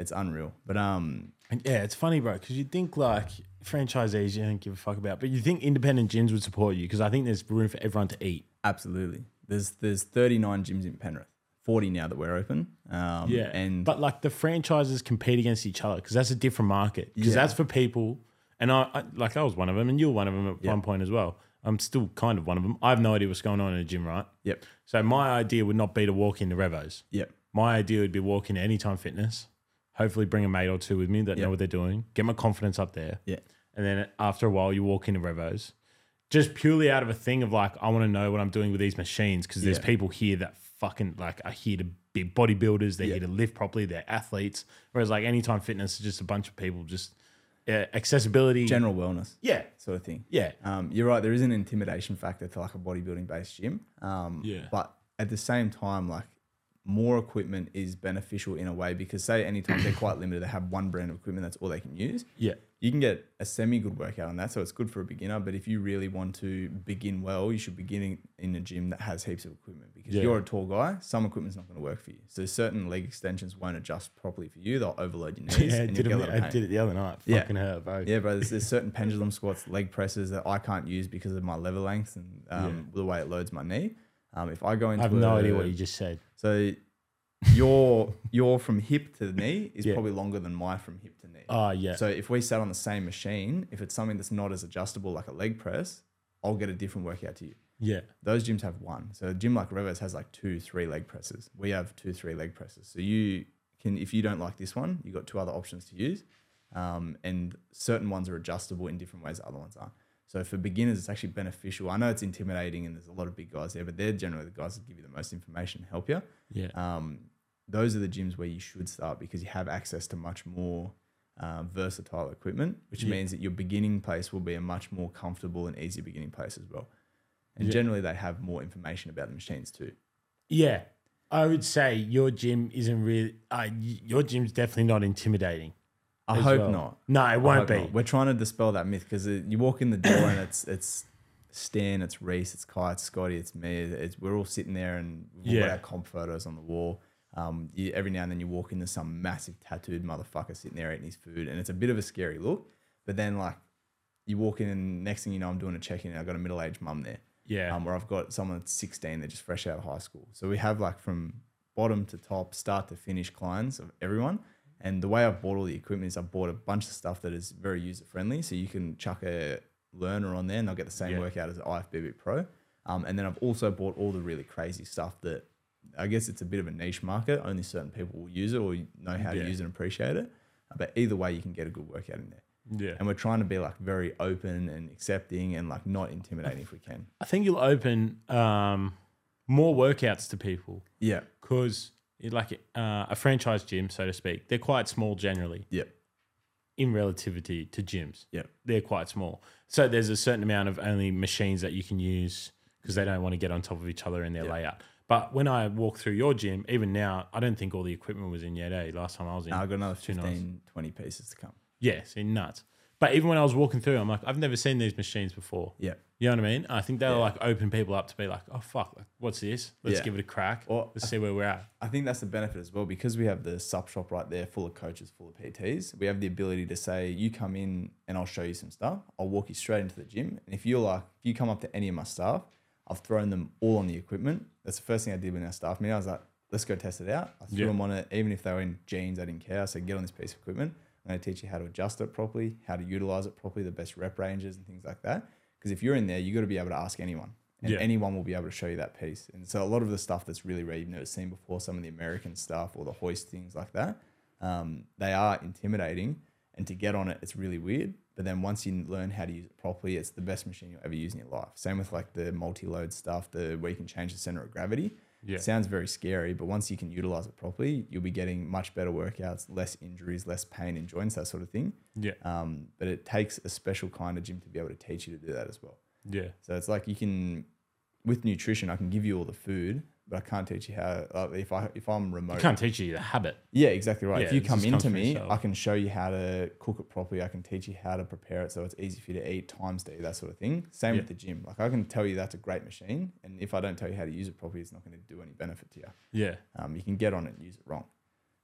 It's unreal. But um, And yeah, it's funny, bro, because you think like franchisees, you don't give a fuck about, but you think independent gyms would support you because I think there's room for everyone to eat. absolutely. There's there's 39 gyms in Penrith, 40 now that we're open. Um, and but like the franchises compete against each other because that's a different market because Yeah. that's for people. And I, I like I was one of them, and you were one of them at one point as well. I'm still kind of one of them. I have no idea what's going on in a gym, right? yep, So my idea would not be to walk into Revo's. yep, My idea would be walk into Anytime Fitness, hopefully bring a mate or two with me that know Yeah. what they're doing, get my confidence up there. yeah, And then after a while, you walk into Revo's just purely out of a thing of like, I want to know what I'm doing with these machines because there's Yeah. people here that fucking like are here to be bodybuilders. They're Yeah. here to live properly. They're athletes. Whereas like Anytime Fitness is just a bunch of people, just uh, accessibility. general wellness yeah. sort of thing. Yeah. Um, you're right. There is an intimidation factor to like a bodybuilding based gym. Um, Yeah. But at the same time, like more equipment is beneficial in a way because say anytime they're quite limited, they have one brand of equipment that's all they can use. Yeah. You can get a semi good workout on that, so it's good for a beginner. But if you really want to begin well, you should begin in, in a gym that has heaps of equipment because Yeah. you're a tall guy. Some equipment's not going to work for you, so certain leg extensions won't adjust properly for you. They'll overload your <laughs> knees. Yeah, I and did, you'll get it, a lot of I pain. did it the other night. Yeah. Fucking hurt, bro. Yeah, bro. There's, there's certain pendulum squats, leg presses that I can't use because of my lever length and um, the way it loads my knee. Um, if I go I into have no a- idea what you just said. so your your from hip to knee is Yeah. probably longer than my from hip to knee. Oh, yeah. So if we sat on the same machine, if it's something that's not as adjustable like a leg press, I'll get a different workout to you. yeah. Those gyms have one. So a gym like Revo's has like two, three leg presses. We have two, three leg presses. So you can, if you don't like this one, you got two other options to use. Um, and certain ones are adjustable in different ways, other ones aren't. So for beginners, it's actually beneficial. I know it's intimidating and there's a lot of big guys there, but they're generally the guys that give you the most information and help you. Yeah. Um, those are the gyms where you should start because you have access to much more uh, versatile equipment, which Yeah. means that your beginning place will be a much more comfortable and easy beginning place as well. And Yeah. generally, they have more information about the machines too. Yeah, I would say your gym isn't really. Uh, y- your gym's definitely not intimidating. I as hope well. not. No, it I won't hope be. not. We're trying to dispel that myth because you walk in the door and it's it's Stan, it's Reese, it's Kai, it's Scotty, it's me. It's we're all sitting there and we've all got Yeah. our comp photos on the wall. Um, you, every now and then you walk into some massive tattooed motherfucker sitting there eating his food, and it's a bit of a scary look. But then like you walk in and next thing you know, I'm doing a check in and I've got a middle aged mum there Yeah, um, where I've got someone that's 16, they're just fresh out of high school. So we have like from bottom to top, start to finish clients of everyone. And the way I've bought all the equipment is I've bought a bunch of stuff that is very user friendly. So you can chuck a learner on there and they'll get the same Yeah. workout as the IFBB Pro. Um, and then I've also bought all the really crazy stuff that I guess it's a bit of a niche market. Only certain people will use it or know how Yeah. to use and appreciate it. Uh, But either way, you can get a good workout in there. yeah. And we're trying to be like very open and accepting and like not intimidating if we can. I think you'll open um, more workouts to people Yeah. because, like uh, a franchise gym, so to speak, they're quite small generally Yeah. in relativity to gyms. Yeah. They're quite small, so there's a certain amount of only machines that you can use because they don't want to get on top of each other in their layout. But when I walk through your gym, even now, I don't think all the equipment was in yet. Eh? Last time I was in, I've got another nice. 15, 20 pieces to come. Yeah, see, nuts. But even when I was walking through, I'm like, I've never seen these machines before. Yeah. You know what I mean? I think they'll like open people up to be like, oh fuck, like, what's this? Let's Yeah. give it a crack. Or- Let's see where we're at. I think that's the benefit as well because we have the sub shop right there full of coaches, full of PTs. We have the ability to say, you come in and I'll show you some stuff. I'll walk you straight into the gym. And if you're like, if you come up to any of my staff, I've thrown them all on the equipment. That's the first thing I did when our staff meeting. I was like, let's go test it out. I threw Yeah. them on it, even if they were in jeans, I didn't care. I said, get on this piece of equipment. I'm going to teach you how to adjust it properly, how to utilize it properly, the best rep ranges and things like that. Because if you're in there, you got to be able to ask anyone. and Yeah. anyone will be able to show you that piece. And so a lot of the stuff that's really rare you've never seen before, some of the American stuff or the hoist things like that, um, they are intimidating. And to get on it, it's really weird. But then once you learn how to use it properly, it's the best machine you'll ever use in your life. Same with like the multi-load stuff, the where you can change the center of gravity. Yeah. It sounds very scary, but once you can utilize it properly, you'll be getting much better workouts, less injuries, less pain in joints, that sort of thing. Yeah. Um, but it takes a special kind of gym to be able to teach you to do that as well. Yeah. So it's like you can, with nutrition, I can give you all the food, but I can't teach you how. Like if I if I'm I remote, can't teach you the habit. yeah, exactly right. if Yeah, you it come just comes into from me, yourself. I can show you how to cook it properly. I can teach you how to prepare it so it's easy for you to eat, times to eat, that sort of thing. Same Yeah. with the gym. Like I can tell you that's a great machine, and if I don't tell you how to use it properly, it's not going to do any benefit to you. Yeah. Um, you can get on it and use it wrong.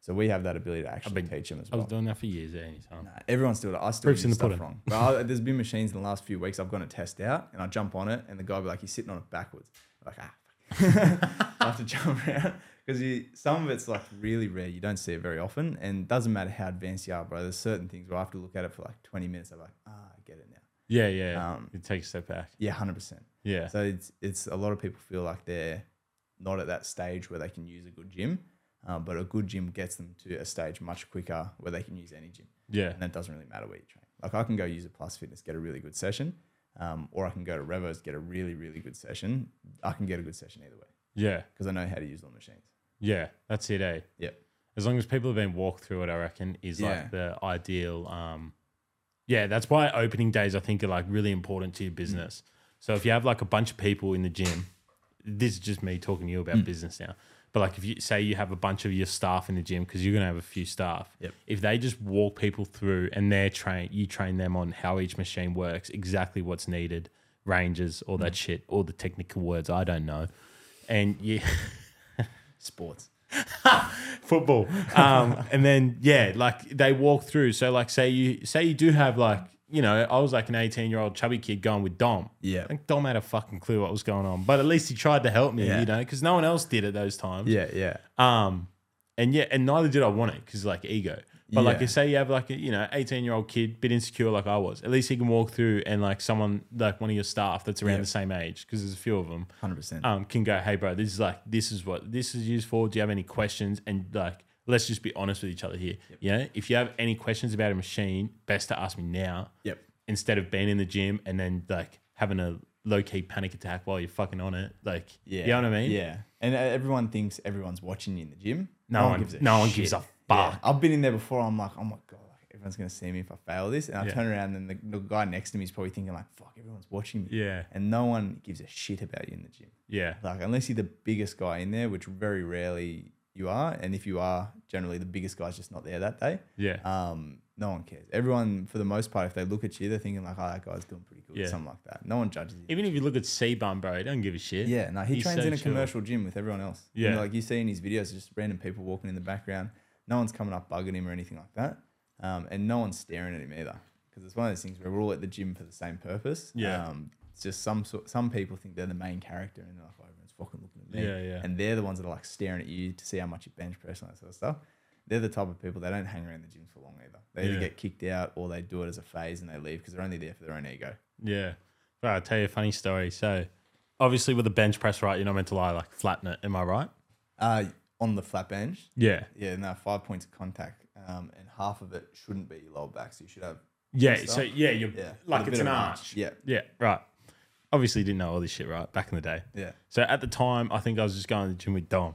So we have that ability to actually been- teach them as I was well. doing that for years eh, at any time. Nah, everyone's doing it. I still Proof's in do the stuff pudding. wrong. But I, there's been machines in the last few weeks I've gone to test out, and I jump on it, and the guy will be like, "He's sitting on it backwards." I'm like ah, fuck. <laughs> I have to jump around because some of it's like really rare. You don't see it very often, and it doesn't matter how advanced you are, bro. There's certain things where I have to look at it for like 20 minutes. I'm like, ah, I get it now. Yeah. Yeah. Um, you take a step back. Yeah, hundred percent. Yeah. So it's it's a lot of people feel like they're not at that stage where they can use a good gym, um, but a good gym gets them to a stage much quicker where they can use any gym, Yeah. and that doesn't really matter where you train. Like I can go use a Plus Fitness, get a really good session, um, or I can go to Revo's, get a really really good session. I can get a good session either way Yeah. because I know how to use all the machines. Yeah. That's it, eh? Yeah. As long as people have been walked through it, I reckon is Yeah. like the ideal. Um, yeah, that's why opening days I think are like really important Mm. to your business. So if you have like a bunch of people in the gym, this is just me talking to you about Mm. business now. But like if you say you have a bunch of your staff in the gym because you're gonna have a few staff, Yep. if they just walk people through and they're train, you train them on how each machine works, exactly what's needed, ranges, all Mm. that shit, all the technical words I don't know, and you. Sports. <laughs> football. Um, and then yeah, like they walk through. So like say you say you do have like you know I was like an eighteen year old chubby kid going with Dom. Yeah. I think Dom had a fucking clue what was going on, but at least he tried to help me. Yeah. You know, because no one else did at those times. Yeah, yeah, Um, and yeah, and neither did I want it because like ego. But like Yeah. you say, you have like a you know eighteen year old kid, bit insecure like I was. At least he can walk through and like someone like one of your staff that's around Yeah. the same age because there's a few of them hundred percent. um, can go, hey, bro, this is like, this is what this is used for. Do you have any questions? And like, let's just be honest with each other here. Yeah. If you have any questions about a machine, best to ask me now Yep. instead of being in the gym and then like having a low key panic attack while you're fucking on it. Like, Yeah. you know what I mean? Yeah. And uh, everyone thinks everyone's watching you in the gym. No one- no one gives a fuck. I've been in there before. I'm like, oh my God, like, everyone's going to see me if I fail this. And I Yeah. turn around and the, the guy next to me is probably thinking, like, fuck, everyone's watching me. Yeah. And no one gives a shit about you in the gym. Yeah. Like, unless you're the biggest guy in there, which very rarely you are. And if you are, generally the biggest guy's just not there that day. Yeah. Um, no one cares. Everyone, for the most part, if they look at you, they're thinking, like, oh, that guy's doing pretty good, Yeah. something like that. No one judges you. Even if you look at C Bum, bro, he don't give a shit. Yeah, no, he He's trains so in a chill. commercial gym with everyone else. Yeah. Yeah, like you see in his videos, just random people walking in the background. No one's coming up bugging him or anything like that, um, and no one's staring at him either. Because it's one of those things where we're all at the gym for the same purpose. Yeah. um, it's just some sort, some people think they're the main character, and they're like, oh, everyone's fucking looking at me. Yeah, yeah. And they're the ones that are like staring at you to see how much you bench press and that sort of stuff. They're the type of people they don't hang around the gym for long either. They either Yeah. get kicked out or they do it as a phase and they leave because they're only there for their own ego. Yeah. Bro, I'll tell you a funny story. So, obviously, with a bench press, right, you're not meant to lie, like flatten it. Am I right? Uh, on the flat bench, Yeah. Yeah, no, five points of contact, um, and half of it shouldn't be your lower back, so you should have Yeah. Stuff. So, yeah, you're yeah, like with a it's an bit of arch. Yeah, Yeah, right. Obviously didn't know all this shit, right? Back in the day. yeah, So at the time, I think I was just going to the gym with Dom.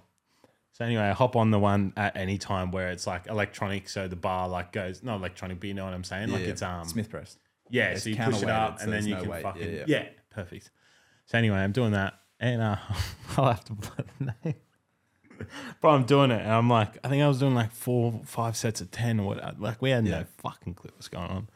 So anyway, I hop on the one at any time where it's like electronic, so the bar like goes not electronic, but you know what I'm saying? Like yeah. it's um Smith press. yeah, It's so you push it up counterweighted, so and then there's you no can weight. Yeah, fucking yeah, yeah. perfect. So anyway, I'm doing that and uh, <laughs> I'll have to put the name. But I'm doing it and I'm like, I think I was doing like four, five sets of ten or what uh, like we had Yeah. no fucking clue what's going on.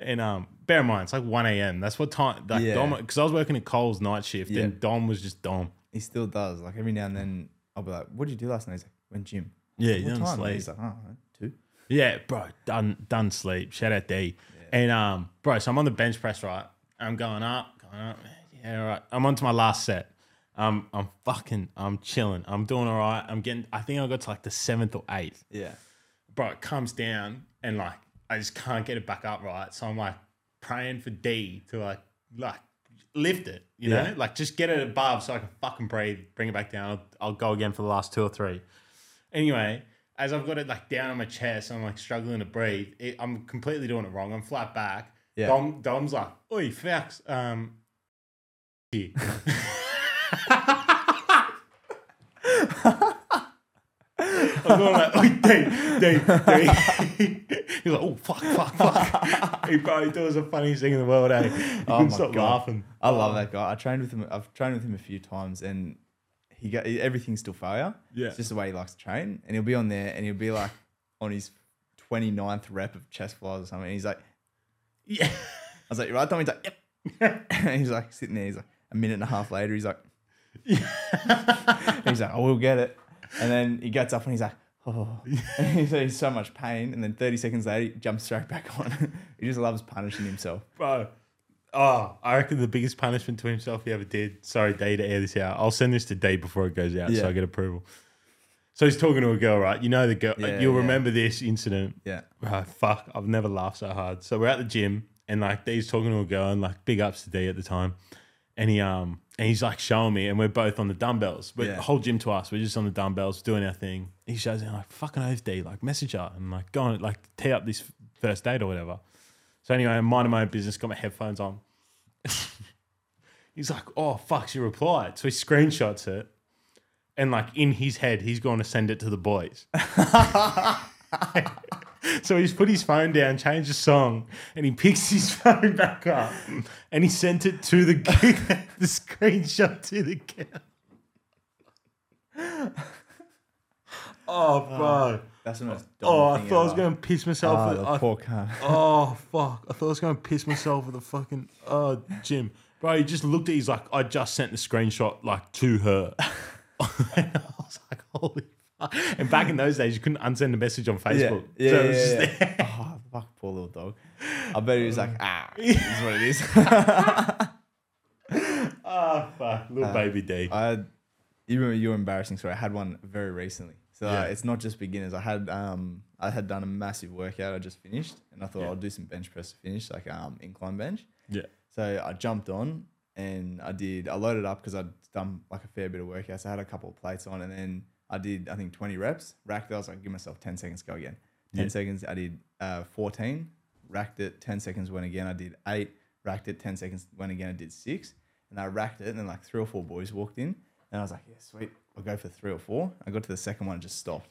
And um, bear in mind, it's like 1 a.m. That's what time, like Yeah. Dom, because I was working at Cole's night shift Yeah. and Dom was just Dom. He still does. Like every now and then, I'll be like, "What did you do last night?" He's like, "Went gym." Yeah, What done time? And sleep. He's like, "Oh, alright, two. Yeah, bro, done done sleep. Shout out D. And um, bro, so I'm on the bench press, right? I'm going up, going up. Yeah, all right. I'm on to my last set. Um, I'm fucking, I'm chilling. I'm doing all right. I'm getting. I think I got to like the seventh or eighth. Yeah, Bro, it comes down and like I just can't get it back up, right? So I'm like praying for D to like like lift it, you Yeah. know, like just get it above so I can fucking breathe. Bring it back down. I'll, I'll go again for the last two or three. Anyway, as I've got it like down on my chest, I'm like struggling to breathe. It, I'm completely doing it wrong. I'm flat back. Yeah. Dom, Dom's like, "Oi, fucks." <laughs> Um, here." I was all like, like Dave, Dave, <laughs> Dave. He's like, oh fuck, fuck, fuck. <laughs> he probably thought it was the funniest thing in the world, eh? He Oh couldn't my stop God. laughing. I love that guy. I trained with him. I've trained with him a few times, and he got everything's still failure. Yeah. it's just the way he likes to train, and he'll be on there, and he'll be like on his 29th rep of chest flies or something. And he's like, Yeah. I was like, you right, Tom? He's like, yep. <laughs> and he's like sitting there. He's like a minute and a half <laughs> later. He's like, he's like, I will get it. And then he gets up and he's like, oh, <laughs> and he's in so much pain. And then 30 seconds later, he jumps straight back on. <laughs> he just loves punishing himself. Bro. Oh, Uh, I reckon the biggest punishment to himself he ever did. Sorry, Day, to air this out. I'll send this to Day before it goes out Yeah. so I get approval. So he's talking to a girl, right? You know the girl. uh, Yeah, You'll yeah. remember this incident. Yeah, Oh, fuck, I've never laughed so hard. So we're at the gym and like he's talking to a girl and like big ups to D at the time. And he um and he's like showing me and we're both on the dumbbells. But Yeah. the whole gym to us, we're just on the dumbbells doing our thing. He shows me I'm like fucking oath D, like message her and like go on like tee up this first date or whatever. So anyway, I'm minding my own business, got my headphones on. <laughs> he's like, oh fuck, she replied. So he screenshots it. And like in his head, he's going to send it to the boys. So he's put his phone down, changed the song, and he picks his <laughs> phone back up, and he sent it to the <laughs> the screenshot to the girl. Oh, bro! that's the most. dumb Oh, I thing thought I was ever. gonna piss myself. Oh, with, the I- poor cunt. oh fuck! I thought I was gonna piss myself with a fucking oh Jim, bro. He just looked at. He's like, I just sent the screenshot like to <laughs> her. and I was like, holy. fuck. And back in those days, you couldn't unsend a message on Facebook. Yeah, so yeah, it was just yeah, there. yeah. <laughs> Oh, fuck, poor little dog. I bet he was <laughs> like, ah, this is what it is. Ah, fuck, little baby D. Uh, I had, you remember your embarrassing story. I had one very recently. So uh, Yeah. it's not just beginners. I had um I had done a massive workout I just finished and I thought I'll do some bench press to finish, like um incline bench. yeah. So I jumped on and I did, I loaded up because I'd done like a fair bit of workouts. I had a couple of plates on and then I did, I think 20 reps, racked it. I was like, give myself 10 seconds, go again. 10 Yeah. seconds, I did uh, 14, racked it, 10 seconds, went again. I did eight, racked it, 10 seconds, went again. I did six and I racked it. And then like three or four boys walked in and I was like, yeah, sweet. I'll go for three or four. I got to the second one and just stopped.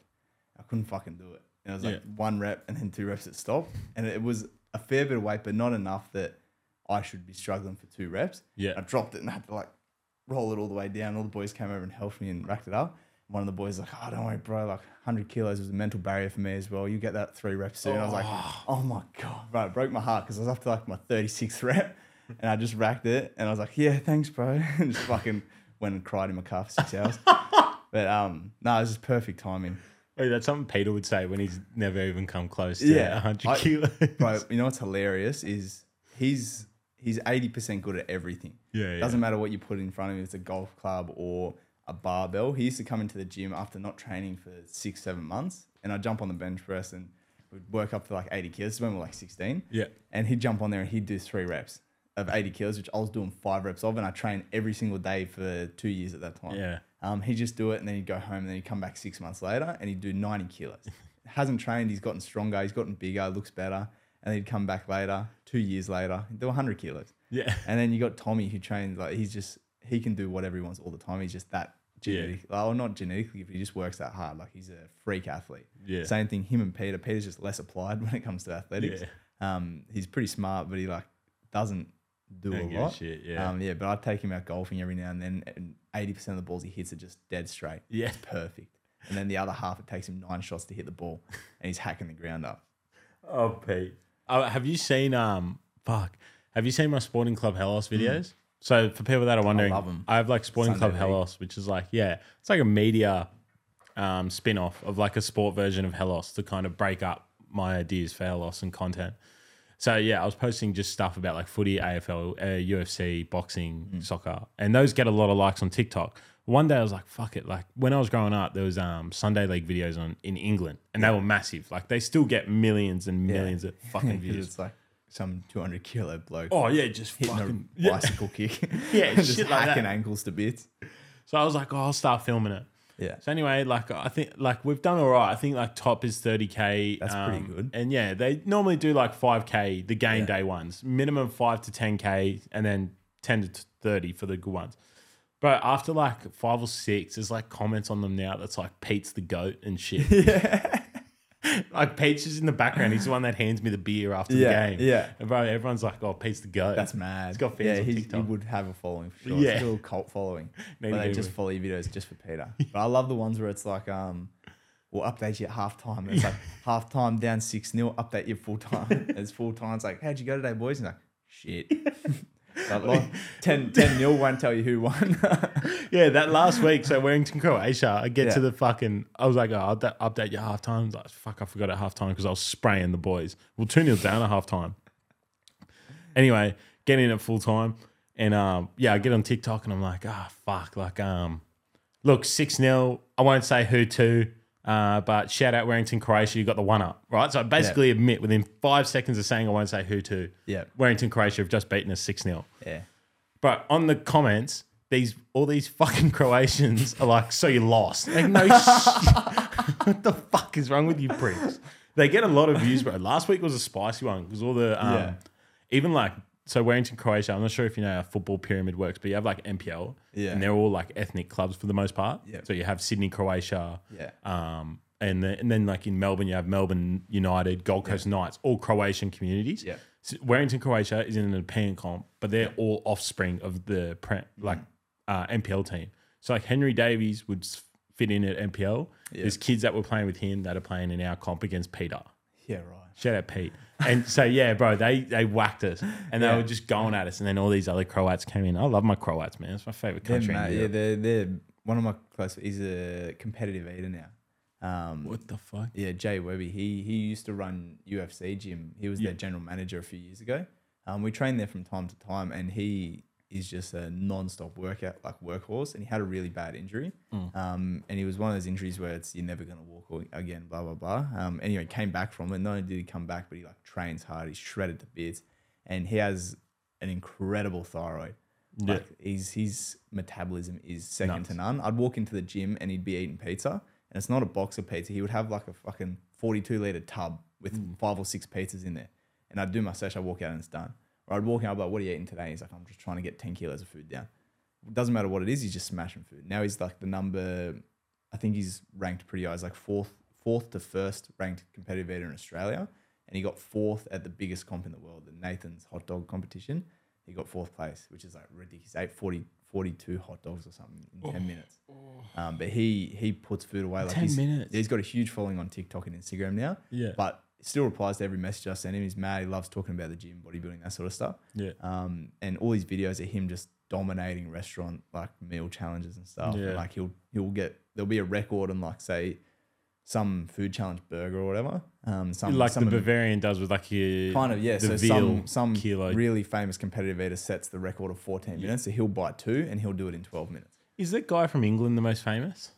I couldn't fucking do it. And it was like Yeah. one rep and then two reps it stopped. And it was a fair bit of weight, but not enough that I should be struggling for two reps. Yeah. I dropped it and I had to like roll it all the way down. All the boys came over and helped me and racked it up. One of the boys was like, oh, don't worry, bro. Like 100 kilos was a mental barrier for me as well. You get that three reps soon. I was like, oh my God, bro. It broke my heart because I was up to like my 36th <laughs> rep and I just racked it. And I was like, yeah, thanks, bro. <laughs> And just fucking went and cried in my car for six <laughs> hours. But um, no, it was just perfect timing. Hey, that's something Peter would say when he's never even come close to Yeah, 100 I- <laughs> kilos. bro. You know what's hilarious is he's he's eighty percent good at everything. Yeah, yeah. Doesn't matter what you put in front of him. It's a golf club or a barbell. He used to come into the gym after not training for six, seven months, and I'd jump on the bench press and we'd work up to like eighty kilos. This is when we we're like sixteen. Yeah. And he'd jump on there and he'd do three reps of eighty kilos, which I was doing five reps of, and I trained every single day for two years at that time. Yeah. Um, he'd just do it and then he'd go home and then he'd come back six months later and he'd do 90 kilos. <laughs> Hasn't trained, he's gotten stronger, he's gotten bigger, looks better. And he'd come back later, two years later, he'd do 100 kilos. Yeah. And then you got Tommy who trains, like, he's just, he can do whatever he wants all the time. He's just that Yeah. genetic, well, not genetically, but he just works that hard. Like, he's a freak athlete. Yeah. Same thing, him and Peter. Peter's just less applied <laughs> when it comes to athletics. Yeah. Um, he's pretty smart, but he, like, doesn't do Don't a give a lot. shit, yeah. Um, yeah, but I take him out golfing every now and then, and eighty percent of the balls he hits are just dead straight. Yeah. it's perfect. And then the other half, it takes him nine shots to hit the ball, and he's hacking the ground up. <laughs> Oh, Pete. Oh, have you seen, um, fuck, have you seen my Sporting Club Hellas videos? So for people that are wondering, Hmm. love 'em. I have like Sporting Sunday Club league. Hellas, which is like, yeah, it's like a media um, spin off of like a sport version of Hellas to kind of break up my ideas for Hellas and content. So yeah, I was posting just stuff about like footy, AFL, uh, UFC, boxing, soccer, and those get a lot of likes on TikTok. One day I was like, "Fuck it!" Like when I was growing up, there was um, Sunday League videos on in England, and they were massive. Like they still get millions and millions of fucking <laughs> Because views. it's like some two hundred kilo bloke Oh yeah, just hitting fucking a bicycle kick, <laughs> Yeah, <laughs> just shit like that. hacking ankles to bits. So I was like, oh, I'll start filming it. Yeah. So anyway, like I think like we've done all right. I think like top is thirty k. um, That's pretty good. And yeah, they normally do like five k the game day ones, minimum five to ten k, and then ten to thirty for the good ones. Bro, after like five or six, there's like comments on them now that's like Pete's the goat and <laughs> shit. Yeah. <laughs> like Pete's just in the background. He's the one that hands me the beer after Yeah, the game. yeah. And bro, everyone's like, oh, Pete's the goat. That's mad. He's got fans yeah, on he's- TikTok. He would have a following for sure. Yeah. It's a little cult <laughs> following. No, Where he they just would. follow your videos just for <laughs> Peter. But I love the ones where it's like, um, we'll update you at halftime. <laughs> It's like halftime down six 0 update you full time. <laughs> And it's full time. It's like, how'd you go today, boys? And like, <laughs> shit. But like, 10 0 won't tell you who won. <laughs> Yeah, that last week. So Warrington, Croatia. I get to Yeah. the fucking. I was like, oh, I'll da- update you at halftime. I was Like, fuck, I forgot at halftime because I was spraying the boys. Well, two 0 down at halftime. Anyway, get in at full time, and um, yeah, I get on TikTok and I'm like, ah, fuck, like um, look, six 0 I won't say who to. Uh, but shout out Warrington Croatia, you got the one up, right? So I basically admit within five seconds of saying I won't say who to, Yeah. Warrington Croatia have just beaten us 6 0. yeah. But on the comments, these all these fucking <laughs> Croatians are like, "So you lost?" Like, <laughs> no, shit. what the fuck is wrong with you, pricks? They get a lot of views, bro. Last week was a spicy one because all the um, Yeah. even like so Warrington Croatia. I'm not sure if you know how football pyramid works, but you have like NPL, Yeah. and they're all like ethnic clubs for the most part. Yep. So you have Sydney Croatia, Yeah. um, and then, and then like in Melbourne, you have Melbourne United, Gold Coast Knights, all Croatian communities. Yeah. S- Warrington, Croatia is in an independent comp, but they're all offspring of the pre- like uh, NPL team. So like Henry Davies would s- fit in at NPL. There's kids that were playing with him that are playing in our comp against Peter. Yeah, right. Shout out Pete. And so yeah, bro, they they whacked us and they were just going at us. And then all these other Croats came in. I love my Croats, man. It's my favorite They're country. in mad. Yeah, Europe. they're, they're one of my close. He's a competitive eater now. Um, What the fuck? Yeah, Jay Webby. He he used to run UFC gym. He was their general manager a few years ago. Um, we trained there from time to time, and he is just a non-stop workout like workhorse. And he had a really bad injury. Um, and he was one of those injuries where it's you're never gonna walk a- again. Blah blah blah. Um, anyway, came back from it. Not only did he come back, but he like trains hard. He's shredded to bits, and he has an incredible thyroid. Yeah. Like he's his metabolism is second to none. I'd walk into the gym and he'd be eating pizza, and it's not a box of pizza. He would have like a fucking forty-two liter tub with five or six pizzas in there. And I'd do my sesh, I walk out and it's done. Or I'd walk out, I'd be like, "What are you eating today?" He's like, "I'm just trying to get ten kilos of food down." It doesn't matter what it is. He's just smashing food. Now he's like the number. I think he's ranked pretty high. He's like fourth, fourth to first ranked competitive eater in Australia, and he got fourth at the biggest comp in the world, the Nathan's hot dog competition. He got fourth place, which is like ridiculous. Ate 40, 42 hot dogs or something in Oh. ten minutes. Um, but he he puts food away like 10 he's, minutes. He's got a huge following on TikTok and Instagram now. Yeah. but still replies to every message I send him. He's mad. He loves talking about the gym, bodybuilding, that sort of stuff Yeah. um, and all these videos of him just dominating restaurant like meal challenges and stuff. And, Yeah. like he'll he'll get there'll be a record on like say some food challenge burger or whatever. Um, some like some the of- Bavarian does with like your kind of yeah. the so veal some some kilo. really famous competitive eater sets the record of 14 minutes. So he'll bite two and he'll do it in 12 minutes. Is that guy from England the most famous?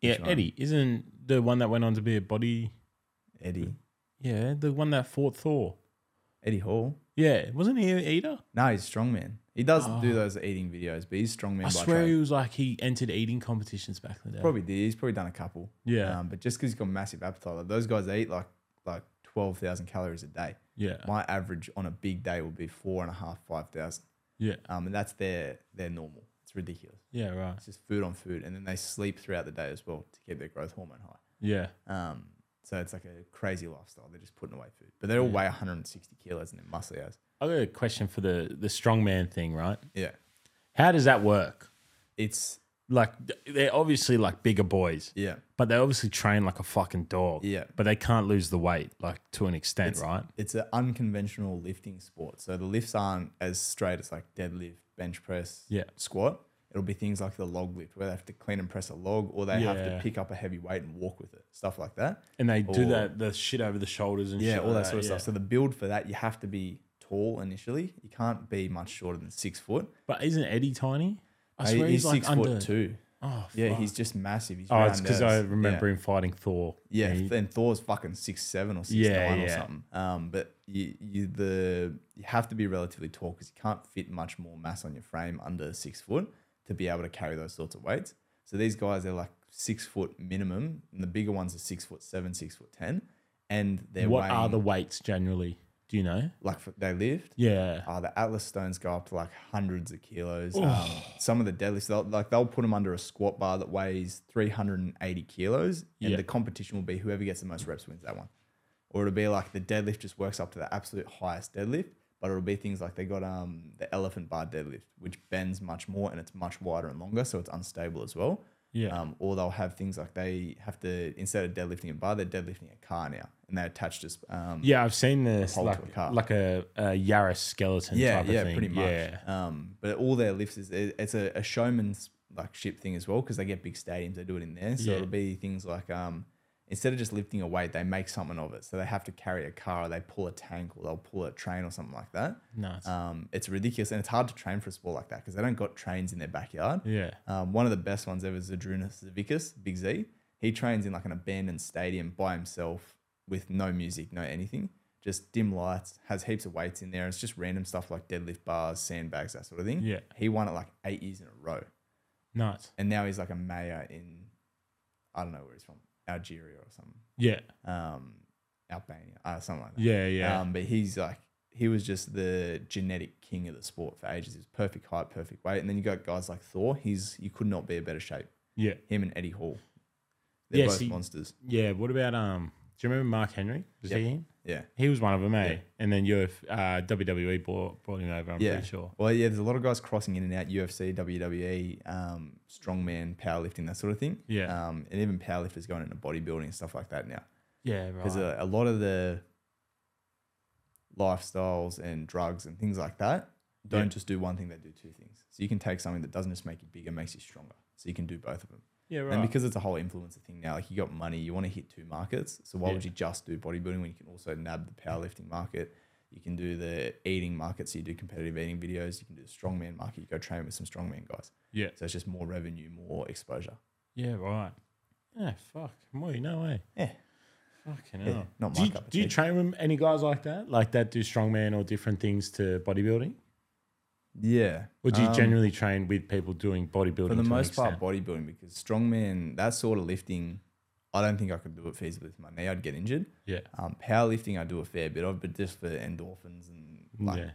Yeah, Which one? Eddie isn't the one that went on to be a body. Eddie Yeah, the one that fought Thor. Eddie Hall. Yeah, wasn't he an eater? No, he's strongman. He does do those eating videos, but he's strongman. Ah. I by swear trade. he was like he entered eating competitions back in the day. Probably did. He's probably done a couple. Yeah. Um, but just because he's got massive appetite, like those guys they eat like like twelve thousand calories a day. Yeah, My average on a big day will be four and a half, five thousand. yeah, Um, and that's their their normal. It's ridiculous. yeah, right. It's just food on food, and then they sleep throughout the day as well to keep their growth hormone high. Yeah, Um, so it's like a crazy lifestyle. They're just putting away food, but they all weigh 160 kilos and they're muscly as. I got a question for the the strongman thing, right? Yeah, How does that work? it's Like they're obviously like bigger boys, yeah, but they obviously train like a fucking dog. Yeah. but they can't lose the weight like to an extent, right? it's an unconventional lifting sport. So the lifts aren't as straight as like deadlift, bench press, Yeah. squat. It'll be things like the log lift where they have to clean and press a log, or they have to Yeah. pick up a heavy weight and walk with it, stuff like that. And they do Or- that the shit over the shoulders and Yeah, shit all like that sort of yeah. stuff. So the build for that, you have to be tall initially. You can't be much shorter than six foot. But isn't Eddie tiny? I He- swear he's, he's, like six under. foot two. Oh, Yeah, fuck. he's just massive. He's Oh, it's because I rounders. Yeah. remember him fighting Thor. Yeah, And he- and Thor's fucking six seven or six Yeah, nine or yeah. something. Um, but you, you the you have to be relatively tall because you can't fit much more mass on your frame under six foot to be able to carry those sorts of weights. So these guys they're like six foot minimum, and the bigger ones are six foot seven, six foot ten, and they're what weighing, are the weights generally? Do you know? Like for, they lived. Yeah. Uh, the Atlas stones go up to like hundreds of kilos. Um, some of the deadlifts, they'll, like they'll put them under a squat bar that weighs 380 kilos, and Yeah. the competition will be whoever gets the most reps wins that one. Or it'll be like the deadlift just works up to the absolute highest deadlift, but it'll be things like they got um the elephant bar deadlift, which bends much more and it's much wider and longer, so it's unstable as well. Yeah. Um, or they'll have things like they have to instead of deadlifting a bar, they're deadlifting a car now, and they attach just um, yeah, I've seen this pole to a like car. like a, a Yaris skeleton yeah, type of yeah, thing. pretty much. Yeah. Um, but all their lifts is it, it's a, a showman's like ship thing as well because they get big stadiums. They do it in there, so Yeah. it'll be things like um, instead of just lifting a weight, they make something of it. So they have to carry a car, or they pull a tank, or they'll pull a train or something like that. Nice. Um, it's ridiculous and it's hard to train for a sport like that because they don't got trains in their backyard. yeah. Um, one of the best ones ever is Zadrunas Zivikas, Big Z. He trains in like an abandoned stadium by himself with no music, no anything, just dim lights, has heaps of weights in there. It's just random stuff like deadlift bars, sandbags, that sort of thing. Yeah. He won it like eight years in a row. Nice. And now he's like a mayor in, I don't know where he's from, Algeria or something, Yeah. um, Albania, uh, something like that. Yeah. Yeah. Um, but he's like, he was just the genetic king of the sport for ages. He was perfect height, perfect weight. And then you got guys like Thor. He's, you could not be a better shape yeah. him and Eddie Hall. They're Yeah, both see- monsters. Yeah. What about um? Do you remember Mark Henry? Was Yep. he in? Yeah. He was one of them, eh? Yeah. And then you uh, WWE brought, brought him over. I'm yeah. pretty sure. Well, yeah, there's a lot of guys crossing in and out UFC, WWE, um, strongman, powerlifting, that sort of thing. Yeah. Um, and even powerlifters going into bodybuilding and stuff like that now. Yeah. Because Right. a, a lot of the lifestyles and drugs and things like that don't Yeah. just do one thing, they do two things. So you can take something that doesn't just make you bigger, makes you stronger. So you can do both of them. yeah. Right. And because it's a whole influencer thing now, like you got money, you want to hit two markets. So why Yeah. would you just do bodybuilding when you can also nab the powerlifting market? You can do the eating market, so you do competitive eating videos. You can do the strongman market. You go train with some strongman guys. yeah. So it's just more revenue, more exposure. Yeah. Right. Yeah. Fuck. More you know, eh? Yeah, Fucking Yeah, hell. not do you, my cup of do you tea. train with any guys like that? Like that do strongman or different things to bodybuilding? yeah. Or do you Um, generally train with people doing bodybuilding? for the to an most part extent? bodybuilding because strongman that sort of lifting, I don't think I could do it feasibly with my knee. I'd get injured. yeah. Um, powerlifting I do a fair bit of, but just for endorphins and like yeah.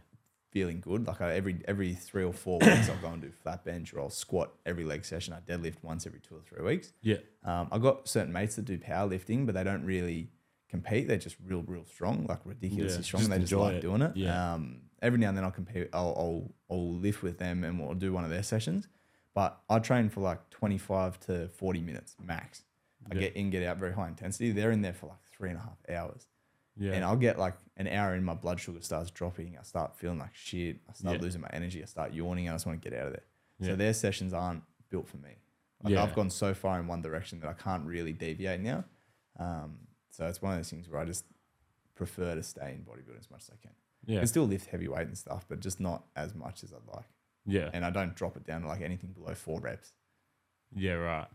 feeling good. Like I, every every three or four <coughs> weeks, I'll go and do flat bench or I'll squat every leg session. I deadlift once every two or three weeks. Yeah. Um, I got certain mates that do powerlifting, but they don't really compete. They're just real, real strong, like ridiculously Yeah, strong. just they just enjoy like it. doing it. Yeah. Um, every now and then I'll compete. I'll, I'll I'll lift with them and we'll do one of their sessions. But I train for like 25 to 40 minutes max. I Yeah. get in, get out, very high intensity. They're in there for like three and a half hours Yeah. and I'll get like an hour in, my blood sugar starts dropping. I start feeling like shit. I start Yeah. losing my energy. I start yawning. I just want to get out of there. Yeah. So their sessions aren't built for me. Like Yeah. I've gone so far in one direction that I can't really deviate now. Um, so it's one of those things where I just prefer to stay in bodybuilding as much as I can. I yeah. can still lift heavy weight and stuff, but just not as much as I'd like. Yeah. And I don't drop it down to like anything below four reps. Yeah. Right.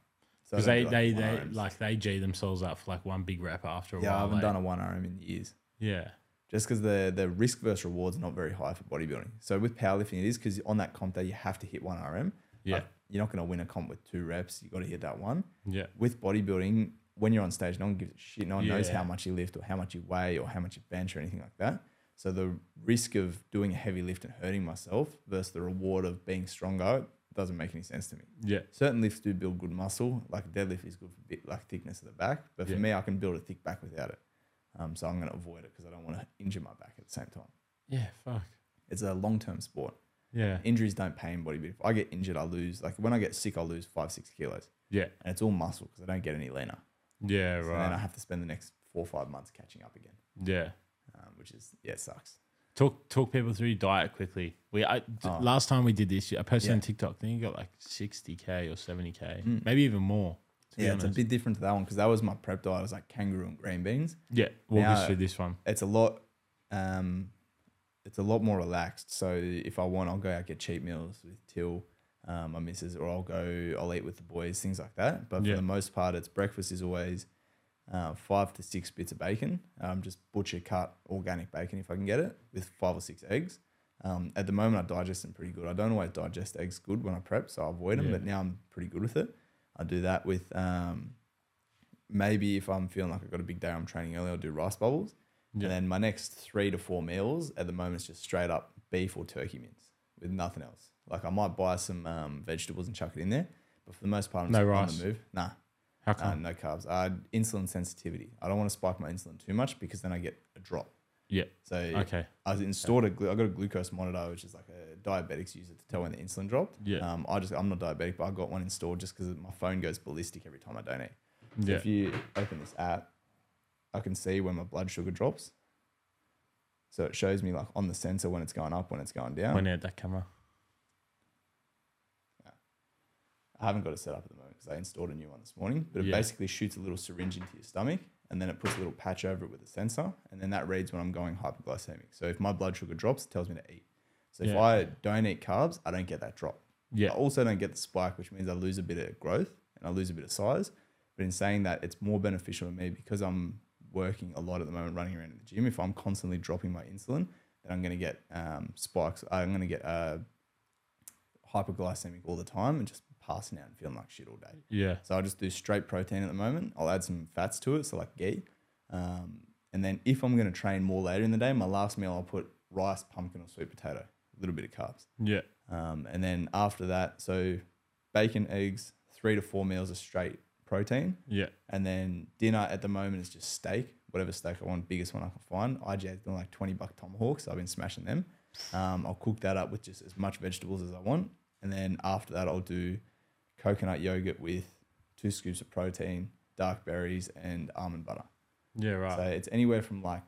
So I Because don't they, do, they, one they RMs. like they g themselves up for like one big rap after a yeah, while. I haven't eh? done a one RM in years. Yeah. just because the the risk versus reward's not very high for bodybuilding. So with powerlifting, it is because on that comp day you have to hit one RM. Yeah. Like, you're not going to win a comp with two reps. You got to hit that one. Yeah. With bodybuilding, when you're on stage, no one gives a shit. No one knows Yeah. how much you lift or how much you weigh or how much you bench or anything like that. So the risk of doing a heavy lift and hurting myself versus the reward of being stronger doesn't make any sense to me. Yeah. Certain lifts do build good muscle, like deadlift is good for bit, like thickness of the back. But for Yeah. me, I can build a thick back without it. Um, so I'm going to avoid it because I don't want to injure my back at the same time. Yeah. Fuck. It's a long term sport. Yeah. Injuries don't pay in bodybuilding. If I get injured, I lose. Like when I get sick, I lose five, six kilos. Yeah. And it's all muscle because I don't get any leaner. Yeah. So then I Right. have to spend the next four or five months catching up again, Yeah. um, which is, yeah, it sucks. Talk talk people through your diet quickly. We I d Oh. last time we did this, I posted on Yeah. Mm. TikTok. Then you got like sixty k or seventy k, maybe even more. To yeah, be it's a honest. bit different to that one because that was my prep diet. It was like kangaroo and green beans. yeah. Walk us Now- through this one. It's a lot. Um, it's a lot more relaxed. So if I want, I'll go out get cheat meals with Till, um, my missus, or I'll go, I'll eat with the boys, things like that. But Yeah. for the most part, it's breakfast is always uh, five to six bits of bacon, um, just butcher cut organic bacon if I can get it, with five or six eggs. Um, at the moment, I digest them pretty good. I don't always digest eggs good when I prep, so I avoid them. Yeah. But now I'm pretty good with it. I do that with um, maybe if I'm feeling like I've got a big day, I'm training early, I'll do rice bubbles. Yeah. And then my next three to four meals at the moment is just straight up beef or turkey mince with nothing else. Like I might buy some um, vegetables and chuck it in there, but for the most part, I'm No just on rice. the move. Nah, How uh, come? no carbs. Uh, insulin sensitivity. I don't want to spike my insulin too much because then I get a drop. yeah. So Okay. I was installed a glu- I got a glucose monitor, which is like a diabetics use it to tell when the insulin dropped. Yeah. Um, I just I'm not diabetic, but I got one installed just because my phone goes ballistic every time I donate. So Yeah. If you open this app, I can see when my blood sugar drops. So it shows me like on the sensor when it's going up, when it's going down. When out that camera. I haven't got it set up at the moment because I installed a new one this morning. But it Yeah. basically shoots a little syringe into your stomach and then it puts a little patch over it with a sensor. And then that reads when I'm going hypoglycemic. So if my blood sugar drops, it tells me to eat. So if Yeah. I don't eat carbs, I don't get that drop. Yeah. I also don't get the spike, which means I lose a bit of growth and I lose a bit of size. But in saying that, it's more beneficial to me because I'm working a lot at the moment, running around in the gym. If I'm constantly dropping my insulin, then I'm going to get um, spikes. I'm going to get uh, hyperglycemic all the time and just passing out and feeling like shit all day. Yeah. So I'll just do straight protein at the moment. I'll add some fats to it, so like ghee. Um, and then if I'm going to train more later in the day, my last meal I'll put rice, pumpkin, or sweet potato, a little bit of carbs. Yeah. Um, and then after that, so bacon, eggs, three to four meals of straight protein. Yeah. And then dinner at the moment is just steak, whatever steak I want, biggest one I can find. IJ's doing like 20 buck tomahawks. I've been smashing them. Um, I'll cook that up with just as much vegetables as I want. And then after that, I'll do coconut yogurt with two scoops of protein, dark berries, and almond butter. Yeah. Right. So it's anywhere from like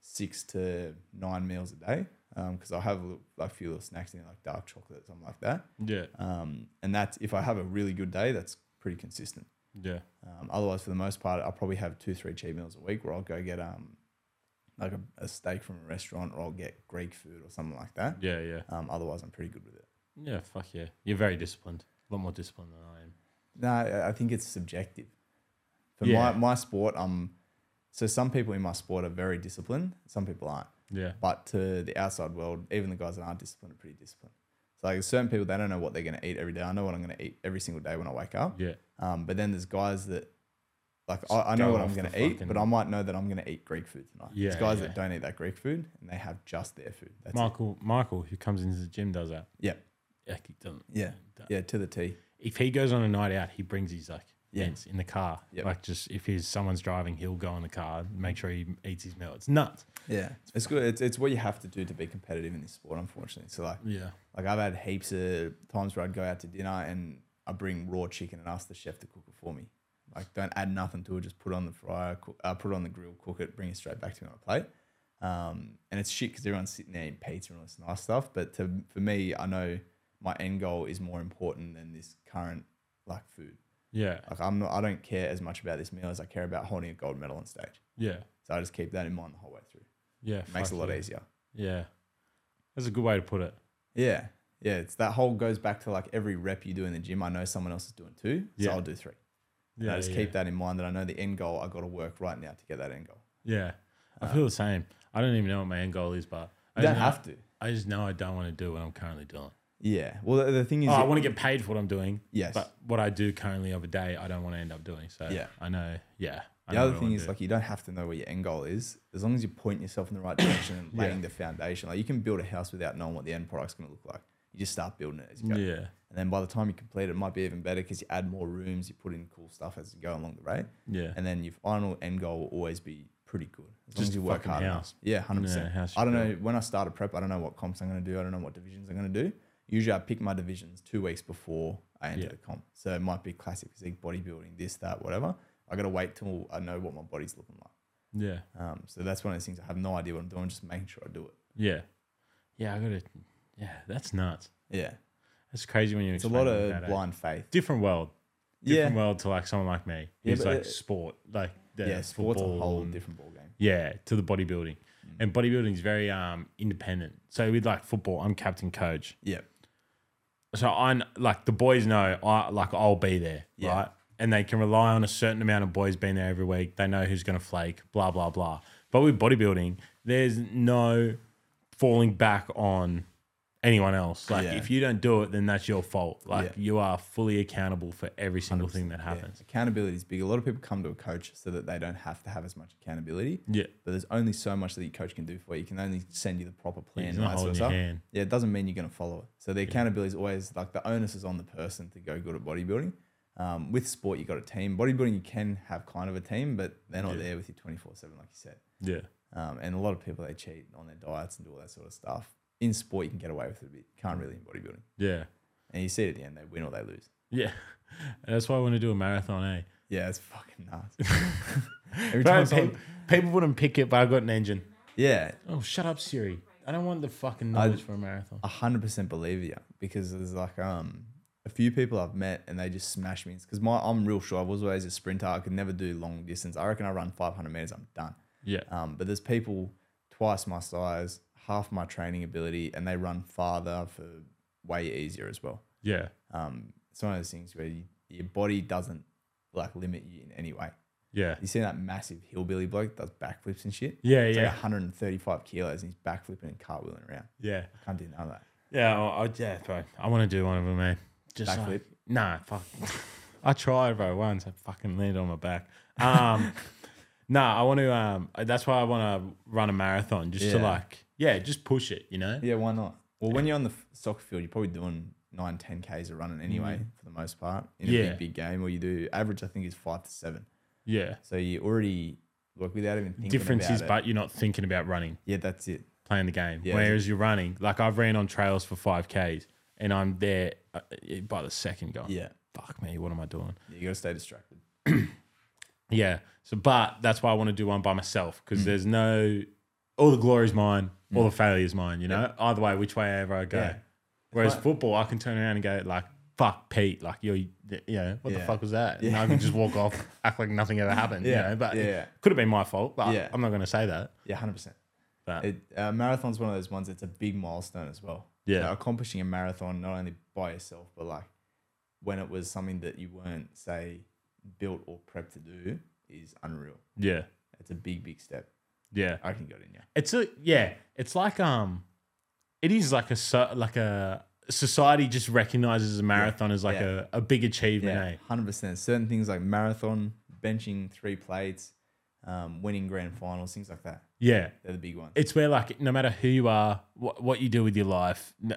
six to nine meals a day. Because I'll have a little, like few little snacks in there, like dark chocolate, something like that. yeah. Um, and that's if I have a really good day, that's pretty consistent. Yeah. Um, otherwise, for the most part, I'll probably have two, three cheat meals a week where I'll go get um, like a, a steak from a restaurant or I'll get Greek food or something like that. Yeah. Yeah. Um, otherwise, I'm pretty good with it. Yeah. Fuck yeah. You're very disciplined. A lot more disciplined than I am. No, I I think it's subjective. For Yeah. my, my sport, um, so some people in my sport are very disciplined, some people aren't. Yeah. But to the outside world, even the guys that aren't disciplined are pretty disciplined. So like certain people, they don't know what they're going to eat every day. I know what I'm going to eat every single day when I wake up. Yeah. Um, but then there's guys that, like, Just I, I know go what I'm off going the to eat, fucking- but I might know that I'm going to eat Greek food tonight. Yeah, there's guys yeah. that don't eat that Greek food and they have just their food. That's it. Michael, Michael, who comes into the gym, does that. Yeah. Yeah, he doesn't. Yeah. don't- Yeah, to the T. If he goes on a night out, he brings his like Yeah. ends in the car. Yep. Like just if he's someone's driving, he'll go in the car, and make sure he eats his meal. It's nuts. Yeah. It's good. It's, it's what you have to do to be competitive in this sport, unfortunately. So, like, Yeah. Like I've had heaps of times where I'd go out to dinner and I bring raw chicken and ask the chef to cook it for me. Like don't add nothing to it, just put it on the fryer, cook, uh, put it on the grill, cook it, bring it straight back to me on a plate. Um, and it's shit because everyone's sitting there eating pizza and all this nice stuff. But to, for me, I know my end goal is more important than this current like food. Yeah. Like I'm not, I don't care as much about this meal as I care about holding a gold medal on stage. Yeah. So I just keep that in mind the whole way through. Yeah. It makes fuck it a lot yeah. easier. Yeah. That's a good way to put it. Yeah. Yeah. It's that whole goes back to like every rep you do in the gym. I know someone else is doing two. So Yeah. I'll do three. And Yeah. I just yeah. keep that in mind that I know the end goal I got to work right now to get that end goal. Yeah. I feel the same. I don't even know what my end goal is, but I Uh, You don't just know- have to. I just know I don't want to do what I'm currently doing. Yeah. Well, the, the thing is, Oh, I want to get paid for what I'm doing. Yes. But what I do currently of a day, I don't want to end up doing. So Yeah. I know. Yeah. I the know other what I thing wanna is do. like you don't have to know where your end goal is as long as you point yourself in the right <coughs> direction and laying the foundation. Like you can build a house without knowing what the end product's going to look like. You just start building it as you go. yeah. And then by the time you complete it, it might be even better because you add more rooms, you put in cool stuff as you go along the way. Yeah. and then your final end goal will always be pretty good as long Just as you work fucking hard. house. Enough. Yeah, hundred Yeah, percent. house you I don't know. When I started prep, I don't know what comps I'm going to do. I don't know what divisions I'm going to do. Usually, I pick my divisions two weeks before I enter Yeah. the comp. So it might be classic physique, bodybuilding, this, that, whatever. I got to wait till I know what my body's looking like. yeah. Um, so that's one of those things. I have no idea what I'm doing. Just making sure I do it. Yeah. Yeah. I got to. Yeah. That's nuts. Yeah, That's crazy when you it's a lot explain it like of that, eh? blind faith. Different world. Yeah, Different world to like someone like me. Yeah, Who's but like it- sport. Like the yeah. Sports a football whole Mm. and- different ball game. Yeah, to the bodybuilding. And bodybuilding is very um independent. So with like football, I'm captain coach. Yeah, So I kn- like the boys know I like I'll be there, Yeah. right? And they can rely on a certain amount of boys being there every week. They know who's going to flake, blah blah blah. But with bodybuilding, there's no falling back on anyone else. Like Yeah. if you don't do it, then that's your fault. Like Yeah. you are fully accountable for every single thing that happens. Accountability is big. A lot of people come to a coach so that they don't have to have as much accountability. Yeah. But there's only so much that your coach can do for you. He can only send you the proper plan. He's and all not that sort holding your of stuff. hand. Yeah, it doesn't mean you're going to follow it. So the accountability is always like the onus is on the person to go good at bodybuilding. Um, with sport, you got a team. Bodybuilding, you can have kind of a team, but they're not there with you 24 7, like you said. Yeah. Um, and a lot of people, they cheat on their diets and do all that sort of stuff. In sport, you can get away with it a bit. You Mm. can't really in bodybuilding. Yeah. And you see it at the end, they win or they lose. Yeah. <laughs> That's why I want to do a marathon, eh? Yeah, it's fucking nuts. Every Bro, time someone, people, people wouldn't pick it, but I got an engine. yeah, Oh, shut up, Siri. I don't want the fucking numbers for a marathon. a hundred percent believe you because there's like um a few people I've met and they just smash me because my I'm real short. I was always a sprinter. I could never do long distance. I reckon I run 500 meters. I'm done. Yeah. Um, but there's people twice my size, half my training ability, and they run farther for way easier as well. Yeah. Um, it's one of those things where you, your body doesn't like limit you in any way. Yeah. You see that massive hillbilly bloke that does backflips and shit. Yeah. It's Yeah. like 135 kilos and he's backflipping and cartwheeling around. Yeah. I can't do none of that. Yeah. I, I, yeah, bro. I want to do one of them, man. Just Backflip? like- nah, fuck. <laughs> I tried, bro, once. I fucking landed on my back. Um, <laughs> nah, I want to. Um, that's why I want to run a marathon, just to Yeah. like, yeah, just push it, you know. Yeah, why not? Well, when you're on the f- soccer field, you're probably doing nine, ten Ks of running anyway, for the most part, in a Mm. Yeah. big, big game. Or you do average, I think, is five to seven. Yeah. So you already, like, without even thinking Difference about is, it- but you're not thinking about running, yeah, that's it. playing the game. Yeah. Whereas you're running, like I've ran on trails for five ks, and I'm there uh, by the second going, Yeah. Fuck me, what am I doing? yeah you got to stay distracted. Yeah. So, but that's why I want to do one by myself Mm. because there's no, all the glory's mine, all the failure's mine, you know? Either way, which way ever I go. Yeah. Whereas right. football, I can turn around and go, like, fuck Pete, like, you're, you know, what the Yeah. fuck was that? And I can just <laughs> walk off, act like nothing ever happened, you Yeah. know? But Yeah. it could have been my fault, but Yeah. I'm not going to say that. Yeah, hundred percent. But It uh, marathon's one of those ones. It's a big milestone as well. Yeah. So accomplishing a marathon not only by yourself, but like when it was something that you weren't say built or prepped to do is unreal. yeah. It's a big, big step. Yeah. I can go in yeah. It's a, yeah. It's like, um, it is like a, so- like a, society just recognizes a marathon as like Yeah. a, a big achievement, eh? Yeah, hundred percent. Certain things like marathon, benching three plates, um, winning grand finals, things like that. Yeah. They're the big ones. it's where like no matter who you are, what, what you do with your life, no,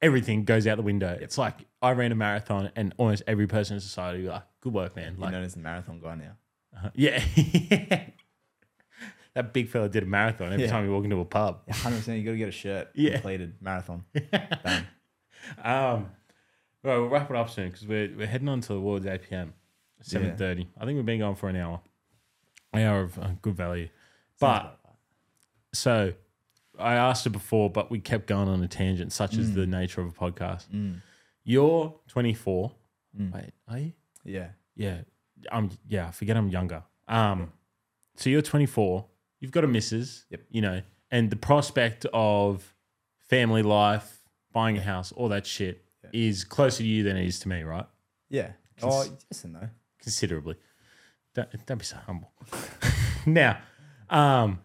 everything goes out the window. It's like I ran a marathon, and almost every person in society were like, "Good work, man!" You're Like, known as the marathon guy now. uh, <laughs> yeah, <laughs> that big fella did a marathon every Yeah. time you walk into a pub. Hundred percent. You got to get a shirt. <laughs> Yeah. Completed <laughs> marathon. Um, well, we'll wrap it up soon because we're we're heading on towards eight pm, seven thirty. I think we've been going for an hour, an hour of uh, good value. But so I asked it before, but we kept going on a tangent, such as the nature of a podcast. You're 24. Wait, are you? Yeah. Yeah, I'm. Yeah, I forget I'm younger. Um, so you're 24. You've got a missus. Yep. You know, and the prospect of family life, buying a house, all that shit is closer to you than it is to me, right? Yeah. Oh, yes and no. Considerably. Don't, don't be so humble. <laughs> now, um,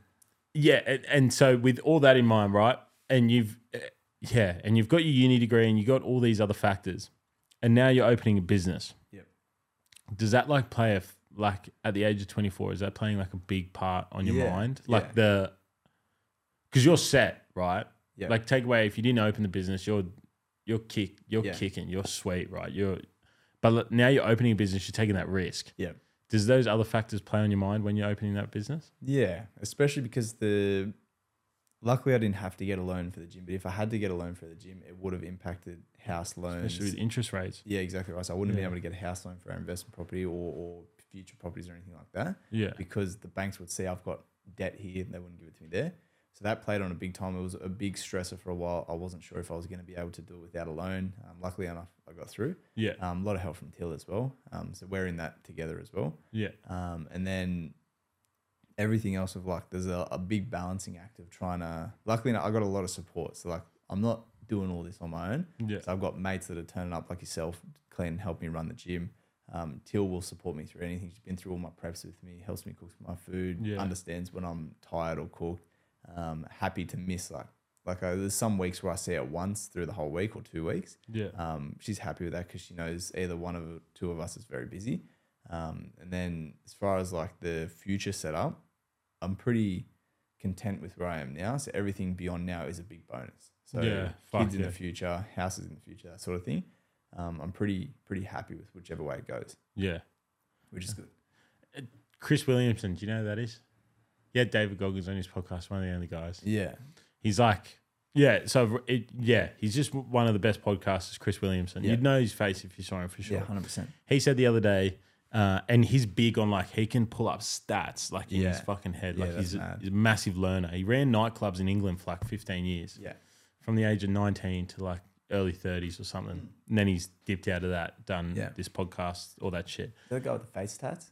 yeah, and, and so with all that in mind, right? And you've, eh, yeah, and you've got your uni degree, and you got all these other factors, and now you're opening a business Yep. does that like play a f- like at the age of 24 is that playing like a big part on your Yeah, mind yeah. like the because you're set right Yeah. like take away if you didn't open the business you're you're kick you're Yeah. kicking you're sweet right you're but look, now you're opening a business you're taking that risk Yep. does those other factors play on your mind when you're opening that business Yeah, especially because the luckily I didn't have to get a loan for the gym, but if I had to get a loan for the gym, it would have impacted house loans. especially with interest rates Yeah, exactly right. So I wouldn't Yeah. have been able to get a house loan for our investment property or, or future properties or anything like that yeah because the banks would see I've got debt here and they wouldn't give it to me there. So that played on a big time. It was a big stressor for a while. I wasn't sure if I was going to be able to do it without a loan. Um, luckily enough, I got through. yeah Um, a lot of help from Till as well. Um, so we're in that together as well. yeah Um, and then everything else with like there's a, a big balancing act of trying to luckily I got a lot of support. So like I'm not doing all this on my own. Yeah. So I've got mates that are turning up like yourself, clean and help me run the gym. Um, Till will support me through anything. She's been through all my preps with me, helps me cook my food, Yeah. understands when I'm tired or cooked. Um, happy to miss like Like I, there's some weeks where I see it once through the whole week or two weeks. Yeah. Um, she's happy with that because she knows either one of two of us is very busy. Um, and then as far as like the future setup, I'm pretty content with where I am now. So everything beyond now is a big bonus. So Yeah, kids fuck in yeah. the future, houses in the future, that sort of thing. Um, I'm pretty pretty happy with whichever way it goes, Yeah. which is good. Chris Williamson, do you know who that is? Yeah, David Goggins on his podcast, one of the only guys. Yeah. He's like, yeah, so it, yeah, he's just one of the best podcasters, Chris Williamson. Yeah. You'd know his face if you saw him for sure. Yeah, hundred percent. He said the other day, uh, and he's big on like he can pull up stats like in his Yeah. fucking head. Yeah, Like he's, that's a, mad. he's a massive learner. He ran nightclubs in England for like 15 years, Yeah. from the age of 19 to like early 30s or something. And then he's dipped out of that, done Yeah. this podcast, all that shit. Did that go with the face tats?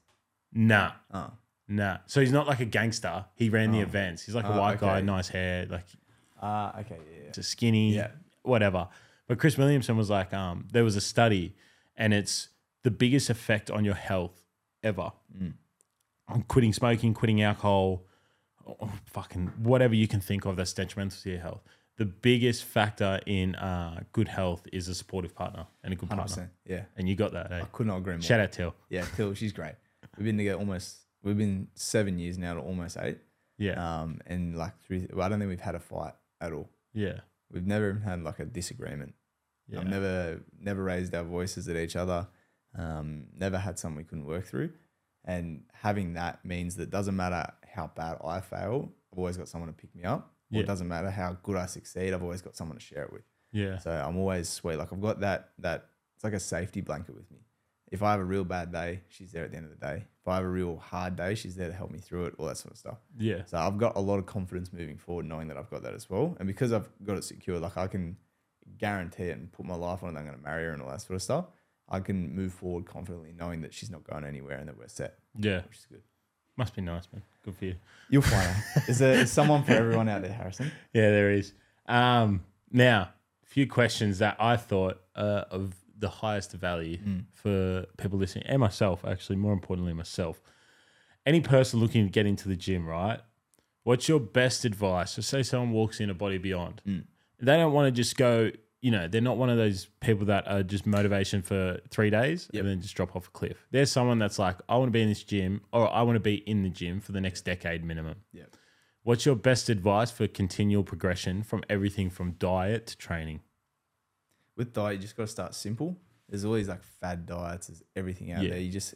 Nah. Oh. Nah. So he's not like a gangster. He ran the Oh. events. He's like a Oh, white guy, okay. nice hair, like Ah, okay, yeah, yeah. just skinny, Yeah. whatever. But Chris Williamson was like, um, there was a study and it's the biggest effect on your health ever. Mm. On quitting smoking, quitting alcohol, oh, fucking whatever you can think of that's detrimental to your health. The biggest factor in uh, good health is a supportive partner and a good Hundred partner. percent. Yeah. And you got that, eh? I could not agree more. Shout out Till. Yeah, Till, she's great. We've been together almost we've been seven years now to almost eight. Yeah. Um, and like through well, I don't think we've had a fight at all. yeah. We've never even had like a disagreement. Yeah. I've never never raised our voices at each other. Um, never had something we couldn't work through. And having that means that doesn't matter how bad I fail, I've always got someone to pick me up. Or Yeah. it doesn't matter how good I succeed, I've always got someone to share it with. Yeah. So I'm always sweet. Like I've got that that it's like a safety blanket with me. If I have a real bad day, she's there at the end of the day. If I have a real hard day, she's there to help me through it, all that sort of stuff. Yeah. So I've got a lot of confidence moving forward, knowing that I've got that as well. And because I've got it secure, like I can guarantee it and put my life on it, I'm going to marry her and all that sort of stuff. I can move forward confidently, knowing that she's not going anywhere and that we're set, Yeah. which is good. Must be nice, man. Good for you. You'll find out. Is there is someone for everyone out there, Harrison? Yeah, there is. Um, now, a few questions that I thought uh, of the highest value for people listening and myself, actually, more importantly, myself. Any person looking to get into the gym, right? What's your best advice? So, say someone walks in a body beyond, they don't want to just go, you know, they're not one of those people that are just motivation for three days Yep. and then just drop off a cliff. There's someone that's like, I want to be in this gym or I want to be in the gym for the next decade minimum. Yeah. What's your best advice for continual progression from everything from diet to training? with diet, you just got to start simple. There's always like fad diets, there's everything out Yeah. there. You just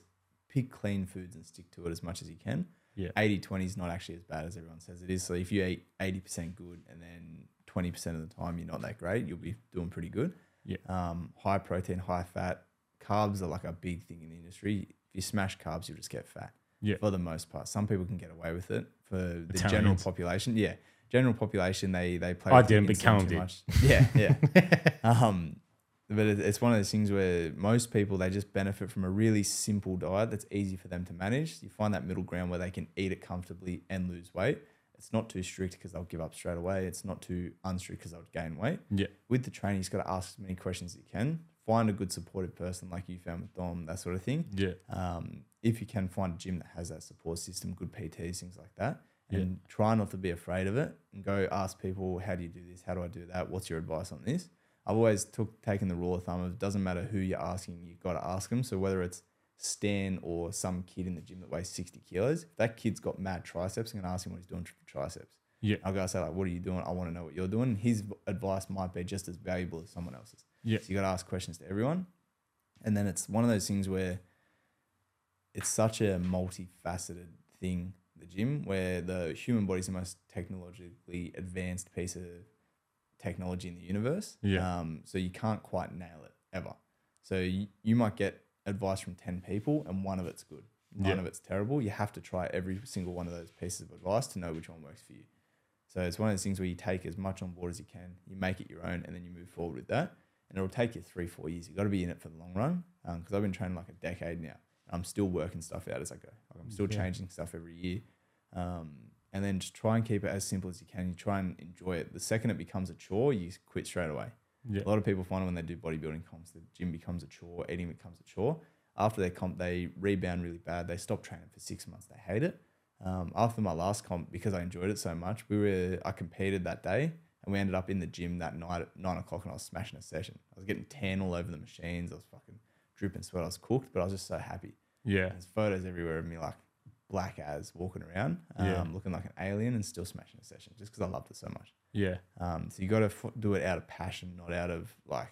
pick clean foods and stick to it as much as you can. Yeah. 80 20 is not actually as bad as everyone says it is. So if you eat 80% good and then 20% of the time you're not that great, you'll be doing pretty good. Yeah. Um, high protein, high fat. Carbs are like a big thing in the industry. If you smash carbs, you'll just get fat Yeah. for the most part. Some people can get away with it for the general Italians. population. Yeah. General population, they they play. I with the didn't, but insulin Callum did. <laughs> Yeah, yeah. <laughs> um, but it- it's one of those things where most people they just benefit from a really simple diet that's easy for them to manage. You find that middle ground where they can eat it comfortably and lose weight. It's not too strict because they'll give up straight away. It's not too unstrict because they'll gain weight. Yeah. With the training, you've got to ask as many questions as you can. Find a good supportive person like you found with Dom, that sort of thing Yeah. um, if you can find a gym that has that support system, good PTs, things like that, Yeah. and try not to be afraid of it and go ask people, how do you do this? How do I do that? What's your advice on this? I've always took taken the rule of thumb of it doesn't matter who you're asking, you've got to ask them. So whether it's Stan or some kid in the gym that weighs 60 kilos, if that kid's got mad triceps, I'm gonna ask him what he's doing for triceps. Yeah. I'll go say like, what are you doing? I want to know what you're doing. His v- advice might be just as valuable as someone else's. Yeah. So you got to ask questions to everyone. And then it's one of those things where it's such a multifaceted thing, the gym, where the human body's the most technologically advanced piece of technology in the universe. Yeah. Um, so you can't quite nail it ever. So you, you might get advice from 10 people and one of it's good. None Yeah. of it's terrible. You have to try every single one of those pieces of advice to know which one works for you. So it's one of those things where you take as much on board as you can, you make it your own, and then you move forward with that. And it'll take you three, four years. You've got to be in it for the long run. Because I've been training like a decade now. I'm still working stuff out as I go. Like I'm still Yeah. changing stuff every year. Um, and then just try and keep it as simple as you can. You try and enjoy it. The second it becomes a chore, you quit straight away. Yeah. A lot of people find when they do bodybuilding comps, the gym becomes a chore, eating becomes a chore. After their comp, they rebound really bad. They stop training for six months. They hate it. Um, after my last comp, because I enjoyed it so much, we were I competed that day And we ended up in the gym that night at nine o'clock and I was smashing a session. I was getting tan all over the machines. I was fucking dripping sweat. I was cooked, but I was just so happy. Yeah. There's photos everywhere of me like black as walking around, um, Yeah. looking like an alien and still smashing a session just because I loved it so much. Yeah. Um, so you got to f- do it out of passion, not out of like,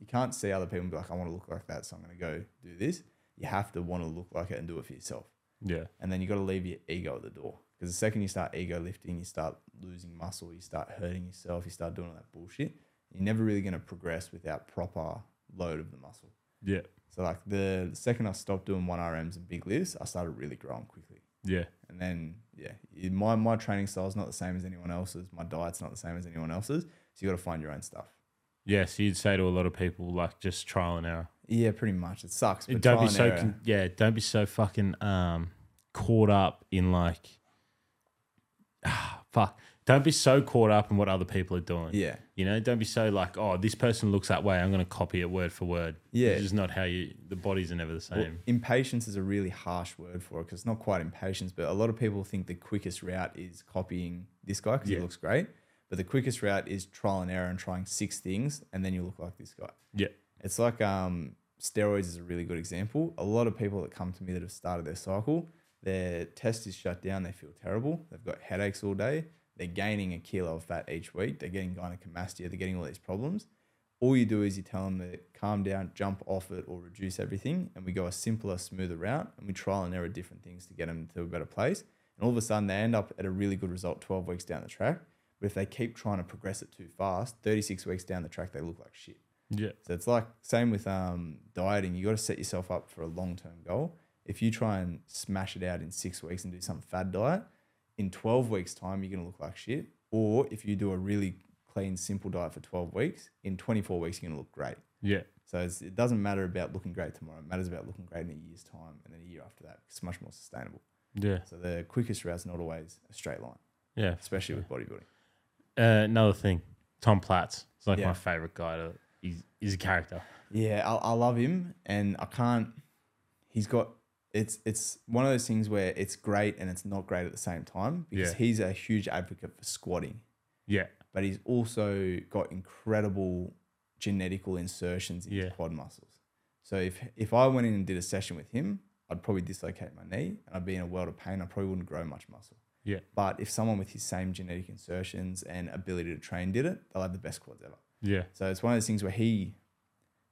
you can't see other people and be like, I want to look like that, so I'm going to go do this. You have to want to look like it and do it for yourself. Yeah. And then you got to leave your ego at the door. Because the second you start ego lifting, you start losing muscle, you start hurting yourself, you start doing all that bullshit. You're never really going to progress without proper load of the muscle. Yeah. So, like, the, the second I stopped doing 1RMs and big lifts, I started really growing quickly. Yeah. And then, yeah, you- my, my training style is not the same as anyone else's. My diet's not the same as anyone else's. So you got to find your own stuff. Yeah. So you'd say to a lot of people, like, just trial and error. Yeah, pretty much. It sucks. But don't trial be and so error. con- yeah don't be so fucking um caught up in like <sighs> fuck don't be so caught up in what other people are doing yeah, you know don't be so like oh this person looks that way i'm going to copy it word for word Yeah. it's just not how you the bodies are never the same Well, impatience is a really harsh word for it because it's not quite impatience, but a lot of people think the quickest route is copying this guy because Yeah. he looks great. But the quickest route is trial and error and trying six things, and then you look like this guy. yeah It's like um, steroids is a really good example. A lot of people that come to me that have started their cycle, their test is shut down. They feel terrible. They've got headaches all day. They're gaining a kilo of fat each week. They're getting gynecomastia. They're getting all these problems. All you do is you tell them to calm down, jump off it, or reduce everything. And we go a simpler, smoother route and we trial and error different things to get them to a better place. And all of a sudden, they end up at a really good result 12 weeks down the track. But if they keep trying to progress it too fast, 36 weeks down the track, they look like shit. yeah So it's like same with um, dieting. You got to set yourself up for a long term goal. If you try and smash it out in six weeks and do some fad diet, in twelve weeks time you're gonna look like shit. Or if you do a really clean, simple diet for twelve weeks, in twenty four weeks you're gonna look great. yeah So it's, it doesn't matter about looking great tomorrow. It matters about looking great in a year's time and then a year after that. It's much more sustainable. yeah So the quickest route's not always a straight line, yeah especially with bodybuilding. uh, another thing tom platts it's like Yeah. my favorite guy to, he's, he's a character Yeah, I, I love him, and I can't. He's got it's it's one of those things where it's great and it's not great at the same time because Yeah. he's a huge advocate for squatting, yeah but he's also got incredible genetical insertions in Yeah. his quad muscles. So if if I went in and did a session with him, I'd probably dislocate my knee and I'd be in a world of pain. I probably wouldn't grow much muscle. Yeah. But if someone with his same genetic insertions and ability to train did it, they'll have the best quads ever. yeah So it's one of those things where he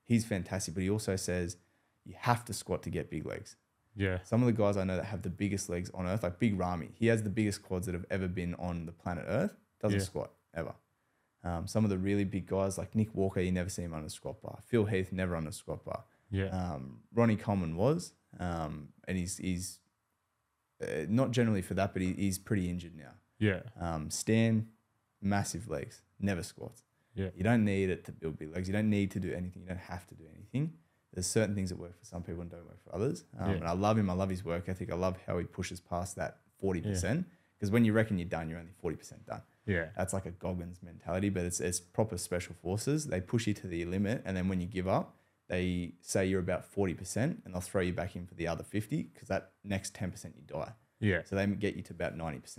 he's fantastic, but he also says you have to squat to get big legs. yeah Some of the guys I know that have the biggest legs on earth, like Big Rami, he has the biggest quads that have ever been on the planet Earth. Doesn't Yeah. squat ever. Um, some of the really big guys like Nick Walker, you never see him on a squat bar. Phil Heath never on a squat bar. yeah Um, Ronnie Coleman was, um, and he's he's uh, not generally for that, but he, he's pretty injured now. yeah Um, Stan, massive legs, never squats. Yeah. You don't need it to build big legs. You don't need to do anything. You don't have to do anything. There's certain things that work for some people and don't work for others. Um, Yeah. And I love him. I love his work ethic. I love how he pushes past that 40%. Because when you reckon you're done, you're only 40% done. yeah That's like a Goggins mentality, but it's, it's proper special forces. They push you to the limit. And then when you give up, they say you're about 40% and they'll throw you back in for the other 50 because that next 10% you die. yeah So they get you to about 90%.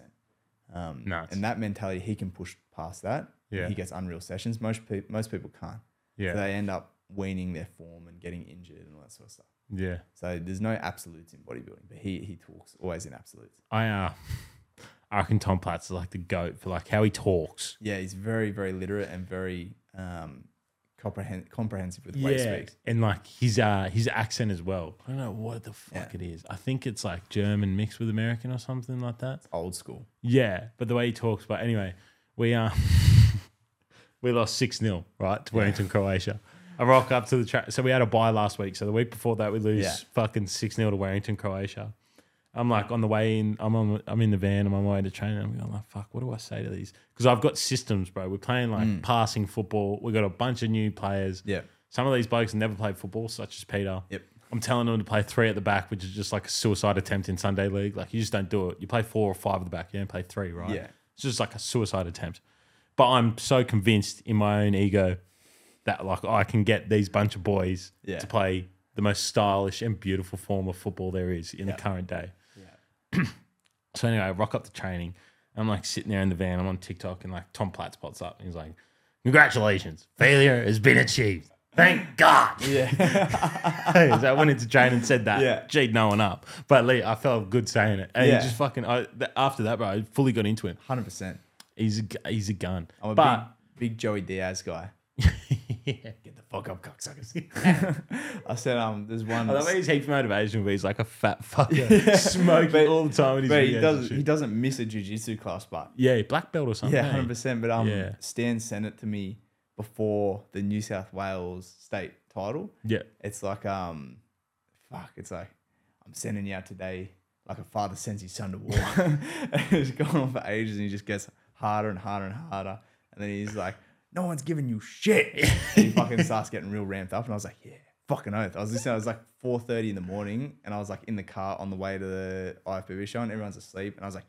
Um, Nice. And that mentality, he can push past that. Yeah. He gets unreal sessions. Most, pe- most people can't. yeah So they end up weaning their form and getting injured and all that sort of stuff. yeah So there's no absolutes in bodybuilding, but he, he talks always in absolutes. I uh, <laughs> I reckon Tom Platz is like the goat for like how he talks. Yeah, he's very, very literate and very um, comprehen- comprehensive with the way he speaks. and like his uh his accent as well. I don't know what the fuck it is. I think it's like German mixed with American or something like that. Old school. Yeah, but the way he talks. But anyway, we uh, <laughs> we lost six 0 right to Wellington, Croatia. I rock up to the track. So we had a bye last week. So the week before that, we lose Yeah. fucking six 0 to Wellington, Croatia. I'm like on the way in. I'm on, I'm in the van. I'm on my way to training. I'm going like, fuck. What do I say to these? Because I've got systems, bro. We're playing like passing football. We got a bunch of new players. Yeah. Some of these blokes have never played football, such as Peter. Yep. I'm telling them to play three at the back, which is just like a suicide attempt in Sunday league. Like you just don't do it. You play four or five at the back. You don't play three, right? Yeah. It's just like a suicide attempt. But I'm so convinced in my own ego that like I can get these bunch of boys Yeah. to play the most stylish and beautiful form of football there is in Yeah. the current day. Yeah. So anyway, I rock up to training. I'm like sitting there in the van. I'm on TikTok and like Tom Platts pops up and he's like, "Congratulations, failure has been achieved. Thank God." <laughs> <laughs> Yeah. I went into Jane and said that. Yeah. G'd no one up. But Lee, I felt good saying it. And Yeah. he just fucking I, th- after that, bro, I fully got into him. Hundred percent. He's a, g- he's a gun. I'm a but big, big Joey Diaz guy. <laughs> get the fuck up, cocksuckers. I said, um, there's <laughs> one. I love how he's heaps motivation, but he's like a fat fucker, <laughs> smoking But- all the time. in his but he videos and doesn't. shit. He doesn't miss a jujitsu class, but Yeah, black belt or something. yeah, eh? hundred percent. But um, Yeah. Stan sent it to me before the New South Wales state title. Yeah. It's like um, fuck. It's like I'm sending you out today, like a father sends his son to war. <laughs> and it's going on for ages, and he just gets harder and harder and harder. And then he's like, "No one's giving you shit." and he fucking starts getting real ramped up, and I was like, "Yeah, fucking oath." I was listening. I was like 4:30 in the morning, and I was like in the car on the way to the IFBB show, and everyone's asleep, and I was like.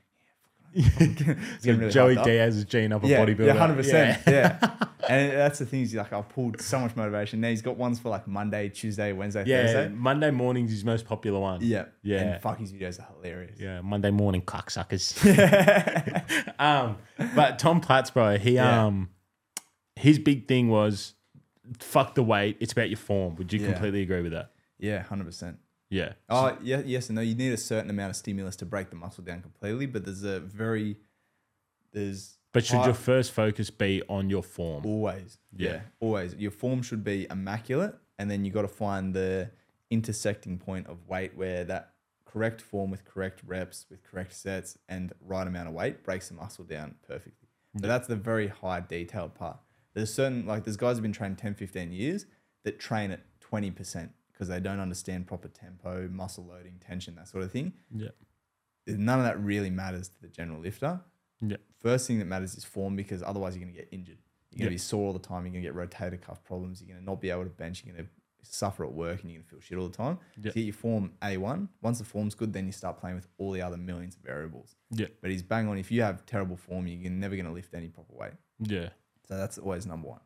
"Yeah, fucking oath." It's getting really Joey hyped up Diaz is gene up a yeah, bodybuilder. Yeah, hundred percent. <laughs> Yeah. Yeah, and that's the thing is like I've pulled so much motivation. Now he's got ones for like Monday, Tuesday, Wednesday, Yeah, Thursday. Monday morning's his most popular one. Yeah, Yeah. And fuck, his videos are hilarious. Yeah, Monday morning <laughs> cocksuckers. <laughs> um, but Tom Platts, bro, he Yeah. um, his big thing was, fuck the weight. It's about your form. Would you Yeah. completely agree with that? Yeah, hundred percent. Yeah. Oh, yeah, yes and no. You need a certain amount of stimulus to break the muscle down completely, but there's a very there's But should high- your first focus be on your form? always Yeah. always your form should be immaculate, and then you got to find the intersecting point of weight where that correct form with correct reps with correct sets and right amount of weight breaks the muscle down perfectly. But that's the very high detailed part. There's certain like there's guys who've been trained 10, 15 years that train at 20% because they don't understand proper tempo, muscle loading, tension, that sort of thing. Yeah. None of that really matters to the general lifter. Yeah. First thing that matters is form because otherwise you're going to get injured. You're going to Yeah. be sore all the time. You're going to get rotator cuff problems. You're going to not be able to bench. You're going to suffer at work and you're going to feel shit all the time. Yeah. Get your form A1. Once the form's good, then you start playing with all the other millions of variables. Yeah. But he's bang on. If you have terrible form, you're never going to lift any proper weight. Yeah. So that's always number one.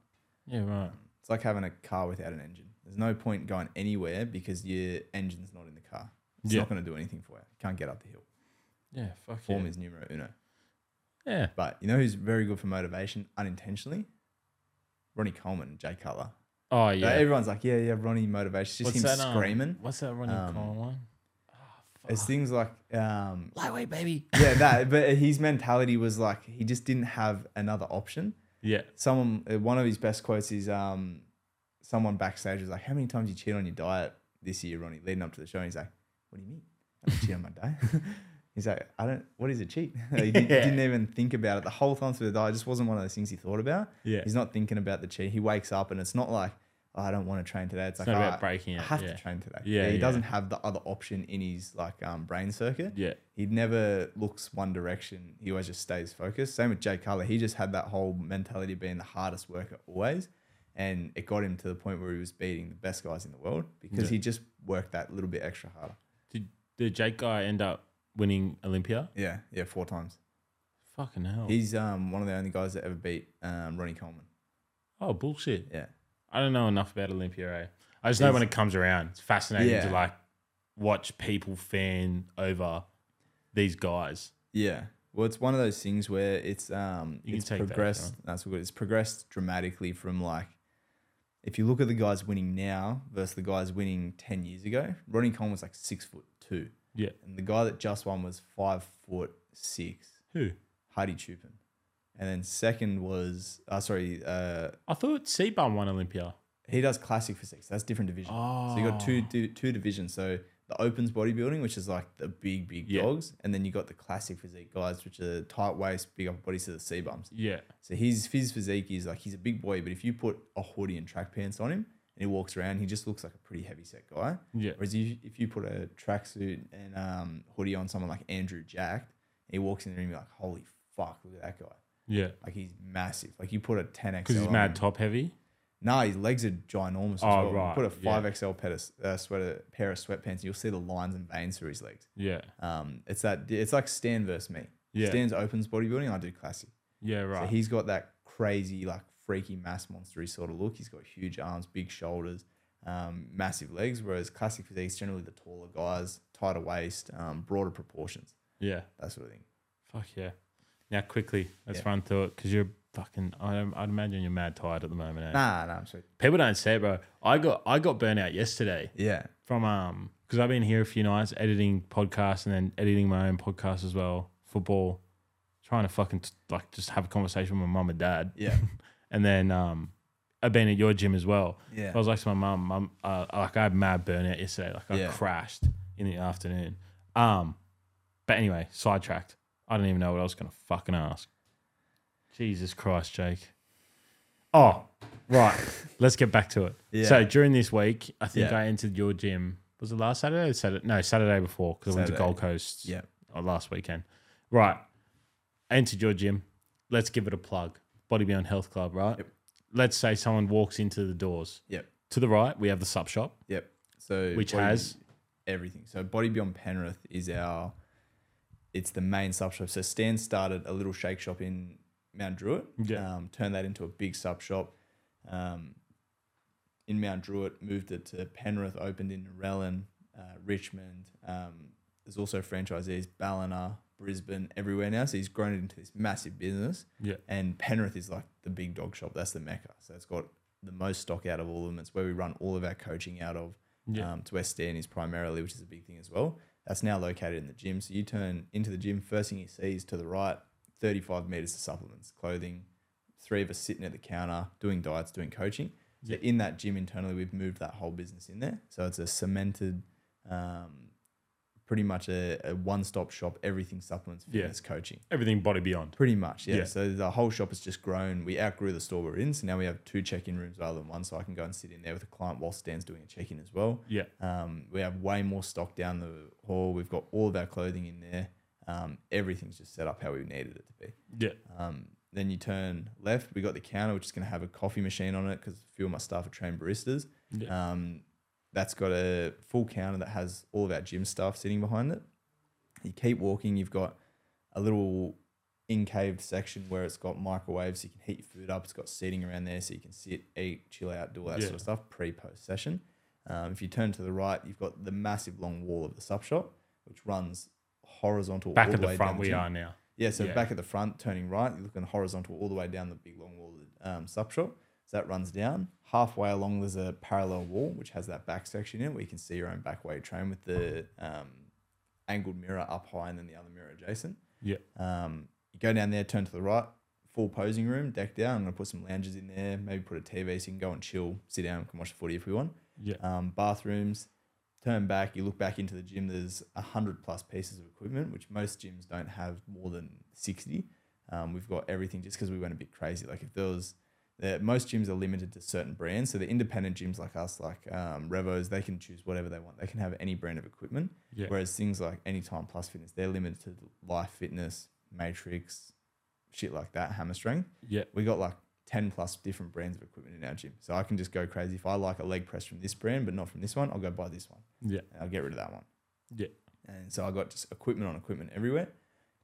Yeah. Right. It's like having a car without an engine. There's no point going anywhere because your engine's not in the car. It's Yeah. not going to do anything for you. Can't get up the hill. Yeah. Fuck Form yeah. is numero uno. Yeah. But you know who's very good for motivation unintentionally? Ronnie Coleman and Jay Cutler. Oh Yeah. yeah. everyone's like, yeah, yeah, Ronnie motivation. It's just him um, screaming. what's that running Um, call one? it's things like, um, Lightweight baby. yeah, that. <laughs> But his mentality was like, he just didn't have another option. <laughs> Yeah. Someone, uh, one of his best quotes is, um, someone backstage was like, how many times you cheat on your diet this year, Ronnie, leading up to the show? And he's like, what do you mean? I don't cheat on my <laughs> diet. He's like, I don't, what is a cheat? <laughs> he didn't, Yeah. didn't even think about it. The whole time through the diet, it just wasn't one of those things he thought about. Yeah. He's not thinking about the cheat. He wakes up and it's not like, oh, I don't want to train today. It's, like, not about "Oh, breaking I it, have yeah. to train today. Yeah, he yeah. doesn't have the other option in his like um, brain circuit. Yeah. He never looks one direction. He always just stays focused. Same with Jay Cutler. He just had that whole mentality of being the hardest worker always. And it got him to the point where he was beating the best guys in the world because Yeah. he just worked that little bit extra harder. Did did Jake guy end up winning Olympia? Yeah, yeah, four times. Fucking hell. He's um, one of the only guys that ever beat um, Ronnie Coleman. oh bullshit. Yeah. I don't know enough about Olympia. Eh? I just know when it comes around, it's fascinating Yeah. to like watch people fan over these guys. Yeah. Well, it's one of those things where it's um You can it's take that if you progressed. That's good. It's progressed dramatically from like if you look at the guys winning now versus the guys winning ten years ago. Ronnie Coleman was like six foot two, Yeah. and the guy that just won was five foot six, Who? Hardy Chupin, and then second was uh, sorry uh I thought Seabum won Olympia. Oh. he does classic physiques. That's different division. So you got two two two divisions. So the opens bodybuilding, which is like the big big Yeah. dogs, and then you got the classic physique guys, which are tight waist, big upper bodies to the C bumps. Yeah. So his his physique is like he's a big boy, but if you put a hoodie and track pants on him and he walks around, he just looks like a pretty heavy set guy. Yeah. Whereas if, if you put a tracksuit and um, hoodie on someone like Andrew Jack, he walks in there and you're like, holy fuck, look at that guy. Yeah. Like he's massive. Like you put a 10x. Because he's mad top heavy. Nah, his legs are ginormous. Oh, as well. right, Put a yeah. five XL uh, sweater, pair of sweatpants, and you'll see the lines and veins through his legs. Yeah. Um, it's that. It's like Stan versus me. Yeah. Stan's opens bodybuilding. I do classic. Yeah. Right. So he's got that crazy, like freaky mass monstery sort of look. He's got huge arms, big shoulders, um, massive legs. Whereas classic physique is generally the taller guys, tighter waist, um, broader proportions, yeah. that sort of thing. Fuck yeah. Now, quickly, let's Yeah. run through it because you're fucking. I, I'd imagine you're mad tired at the moment. Eh? Nah, nah, I'm sweet. People don't say it, bro. I got I got burnt out yesterday Yeah. from um because I've been here a few nights editing podcasts and then editing my own podcast as well. Football, trying to fucking like just have a conversation with my mum and dad, <laughs> Yeah. and then um I've been at your gym as well. Yeah. I was like to my mum, mum, uh, like I had mad burnout yesterday. Like I Yeah. crashed in the afternoon. Um, but anyway, sidetracked. I don't even know what I was gonna fucking ask. Jesus Christ, Jake. Oh, <laughs> right. Let's get back to it. Yeah. So during this week, I think Yeah. I entered your gym. Was it last Saturday? Or Saturday? No, Saturday before because I went to Saturday. Gold Coast Yeah. or last weekend. Right. Entered your gym. Let's give it a plug. Body Beyond Health Club, right? Yep. Let's say someone walks into the doors. Yep. To the right, we have the sub shop. Yep. So Which Body- has? everything. So Body Beyond Penrith is our it's the main sub shop. So Stan started a little shake shop in Mount Druitt. Yeah. Um, turned that into a big sub shop. Um, in Mount Druitt, moved it to Penrith, opened in Narellan, uh, Richmond. Um, there's also franchisees, Ballina, Brisbane, everywhere now. So he's grown it into this massive business. Yeah. And Penrith is like the big dog shop. That's the mecca. So it's got the most stock out of all of them. It's where we run all of our coaching out of. Yeah. Um, to where Stan is primarily, which is a big thing as well. That's now located in the gym. So you turn into the gym. First thing you see is to the right, 35 meters of supplements, clothing. Three of us sitting at the counter doing diets, doing coaching. So Yeah. in that gym internally, we've moved that whole business in there. So it's a cemented, um, pretty much a, a one-stop shop. Everything supplements, Yeah. fitness, coaching. Everything Body Beyond. Pretty much, yeah. Yeah. So the whole shop has just grown. We outgrew the store we're in, so now we have two check-in rooms rather than one. So I can go and sit in there with a client while Stan's doing a check-in as well. Yeah. Um, we have way more stock down the hall. We've got all of our clothing in there. Um, everything's just set up how we needed it to be. Yeah. Um, then you turn left. We got the counter, which is going to have a coffee machine on it because a few of my staff are trained baristas. Yeah. Um, that's got a full counter that has all of our gym stuff sitting behind it. You keep walking. You've got a little incaved section where it's got microwaves. You can heat your food up. It's got seating around there so you can sit, eat, chill out, do all that Yeah. sort of stuff pre post session. Um, if you turn to the right, you've got the massive long wall of the sub shop, which runs horizontal Back all at the the way front, down we gym. are now. Yeah, so Yeah. back at the front, turning right, you're looking horizontal all the way down the big long wall of the um, sub shop. So that runs down. Halfway along, there's a parallel wall which has that back section in it where you can see your own back way train with the um, angled mirror up high and then the other mirror adjacent. Yeah. Um, you go down there, turn to the right, full posing room, decked out. I'm going to put some lounges in there, maybe put a TV so you can go and chill, sit down, we can watch the footy if we want Yeah. um, bathrooms. Turn back, you look back into the gym. There's a hundred plus pieces of equipment, which most gyms don't have more than sixty. Um, we've got everything just because we went a bit crazy. Like if there was, the, most gyms are limited to certain brands. So the independent gyms like us, like um, Revos, they can choose whatever they want. They can have any brand of equipment. Yeah. Whereas things like Anytime Plus Fitness, they're limited to Life Fitness, Matrix, shit like that, Hammer Strength Yeah. we got like 10 plus different brands of equipment in our gym. So I can just go crazy. If I like a leg press from this brand, but not from this one, I'll go buy this one Yeah. and I'll get rid of that one. Yeah. And so I got just equipment on equipment everywhere.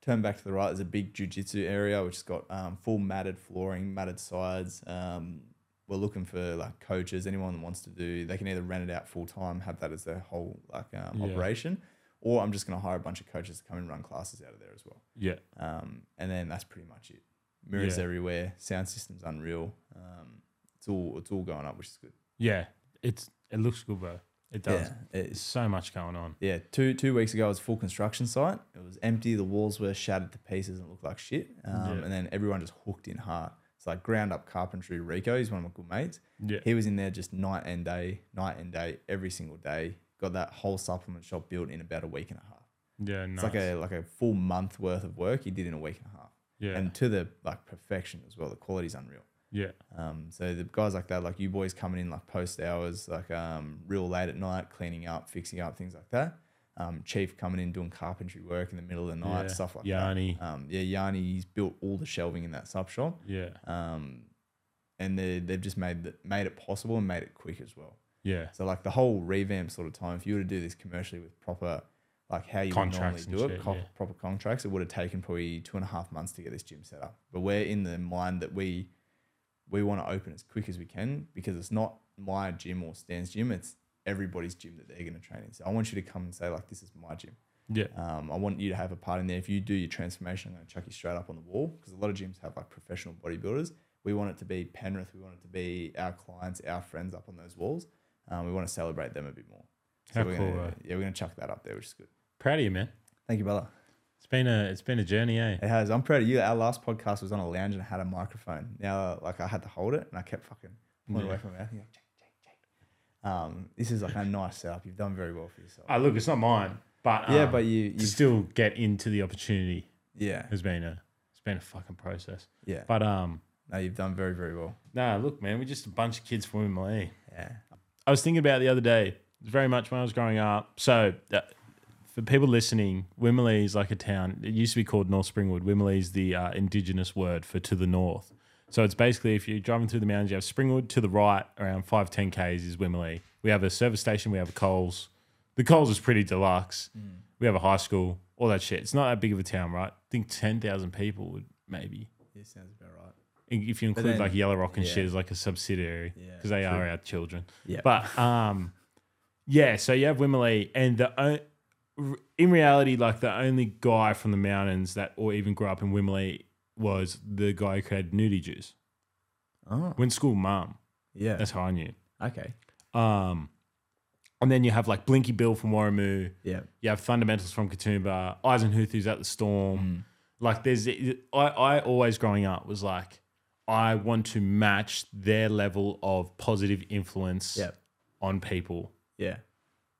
Turn back to the right, there's a big jujitsu area which has got um, full matted flooring, matted sides. Um, we're looking for like coaches, anyone that wants to do, they can either rent it out full time, have that as their whole like um, Yeah. operation, or I'm just going to hire a bunch of coaches to come and run classes out of there as well. Yeah. Um, and then that's pretty much it. Mirrors Yeah. everywhere, sound system's unreal. Um, it's all it's all going up, which is good. Yeah. It's it looks good, bro. It does. Yeah, There's it's, so much going on. yeah. Two two weeks ago, it was a full construction site. It was empty. The walls were shattered to pieces and looked like shit. Um, Yeah. And then everyone just hooked in hard. It's like ground up carpentry. Rico, he's one of my good mates. Yeah. He was in there just night and day, night and day, every single day. Got that whole supplement shop built in about a week and a half. Yeah. It's Nice. like a like a full month worth of work he did in a week and a half. yeah. and to the like perfection as well. The quality's unreal. yeah. Um, so the guys like that, like you boys coming in like post hours, like um, real late at night, cleaning up, fixing up things like that. Um, Chief coming in doing carpentry work in the middle of the night, Yeah. stuff like Yanni. that. Um, yeah, Yanni, he's built all the shelving in that sub shop, Yeah. um, and they, they've just made the, made it possible and made it quick as well. Yeah. So like the whole revamp sort of time, if you were to do this commercially with proper, like how you Contracts would normally and do it, shit, co- yeah. proper contracts, it would have taken probably two and a half months to get this gym set up. But we're in the mind that we we want to open as quick as we can because it's not my gym or Stan's gym, it's everybody's gym that they're going to train in. So I want you to come and say like, this is my gym. Yeah. Um, I want you to have a part in there. If you do your transformation, I'm going to chuck you straight up on the wall because a lot of gyms have like professional bodybuilders. We want it to be Penrith. We want it to be our clients, our friends up on those walls. Um, we want to celebrate them a bit more. How we're cool, Gonna, right? Yeah, we're going to chuck that up there, which is good. Proud of you, man. Thank you, brother. It's been a it's been a journey, eh? It has. I'm proud of you. Our last podcast was on a lounge and I had a microphone. Now, like, I had to hold it and I kept fucking pulling it away from my mouth. You're like, "Jake, Jake, Jake." Um, this is like a nice setup. You've done very well for yourself. Oh, look, it's not mine, but yeah, um, but you, to you, still get into the opportunity yeah, has been a it's been a fucking process. yeah. But um, No, you've done very, very well. nah, look, man, we're just a bunch of kids from Malay. Yeah. I was thinking about it the other day, very much when I was growing up. So, uh, for people listening, Wimerley is like a town. It used to be called North Springwood. Wimerley is the uh, indigenous word for to the north. So it's basically if you're driving through the mountains, you have Springwood to the right, around five ten k's is Wimerley. We have a service station. We have a Coles. The Coles is pretty deluxe. Mm. We have a high school. All that shit. It's not that big of a town, right? I think ten thousand people would maybe. Yeah, sounds about right. If you include then- like Yellow Rock and shit yeah. as like a subsidiary, Yeah, because they are our children. Yeah. But um, yeah, so you have Wimmerley, and the o- in reality, like the only guy from the mountains that or even grew up in Wimmerley was the guy who created nudie juice. Oh, Went to school, mum. yeah. That's how I knew. okay. Um, and then you have like Blinky Bill from Warramoo. Yeah. You have Fundamentals from Katoomba. Eisenhuth who's at the Storm. Like there's, I, I always growing up was like, I want to match their level of positive influence Yep. on people. Yeah.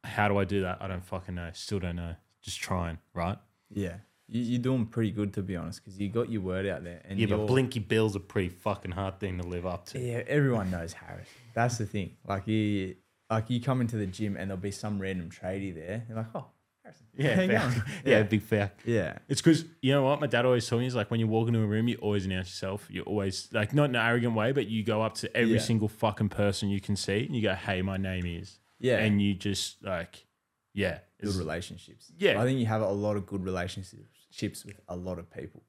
How do I do that? I don't fucking know. Still don't know. Just trying, right? Yeah. You, you're doing pretty good, to be honest, because you got your word out there. And Yeah, you're- but Blinky Bill's a pretty fucking hard thing to live up to. Yeah, everyone knows Harris. That's the thing. Like you, like you come into the gym and there'll be some random tradie there. You're like, oh, Harrison. Yeah, how <laughs> you fair. going?" yeah, yeah, big fact. yeah, It's because you know what my dad always told me is like when you walk into a room, you always announce yourself. You always like not in an arrogant way, but you go up to every Yeah. single fucking person you can see and you go, "Hey, my name is," yeah. and you just like, yeah, good it's- relationships. Yeah. I think you have a lot of good relationships with a lot of people,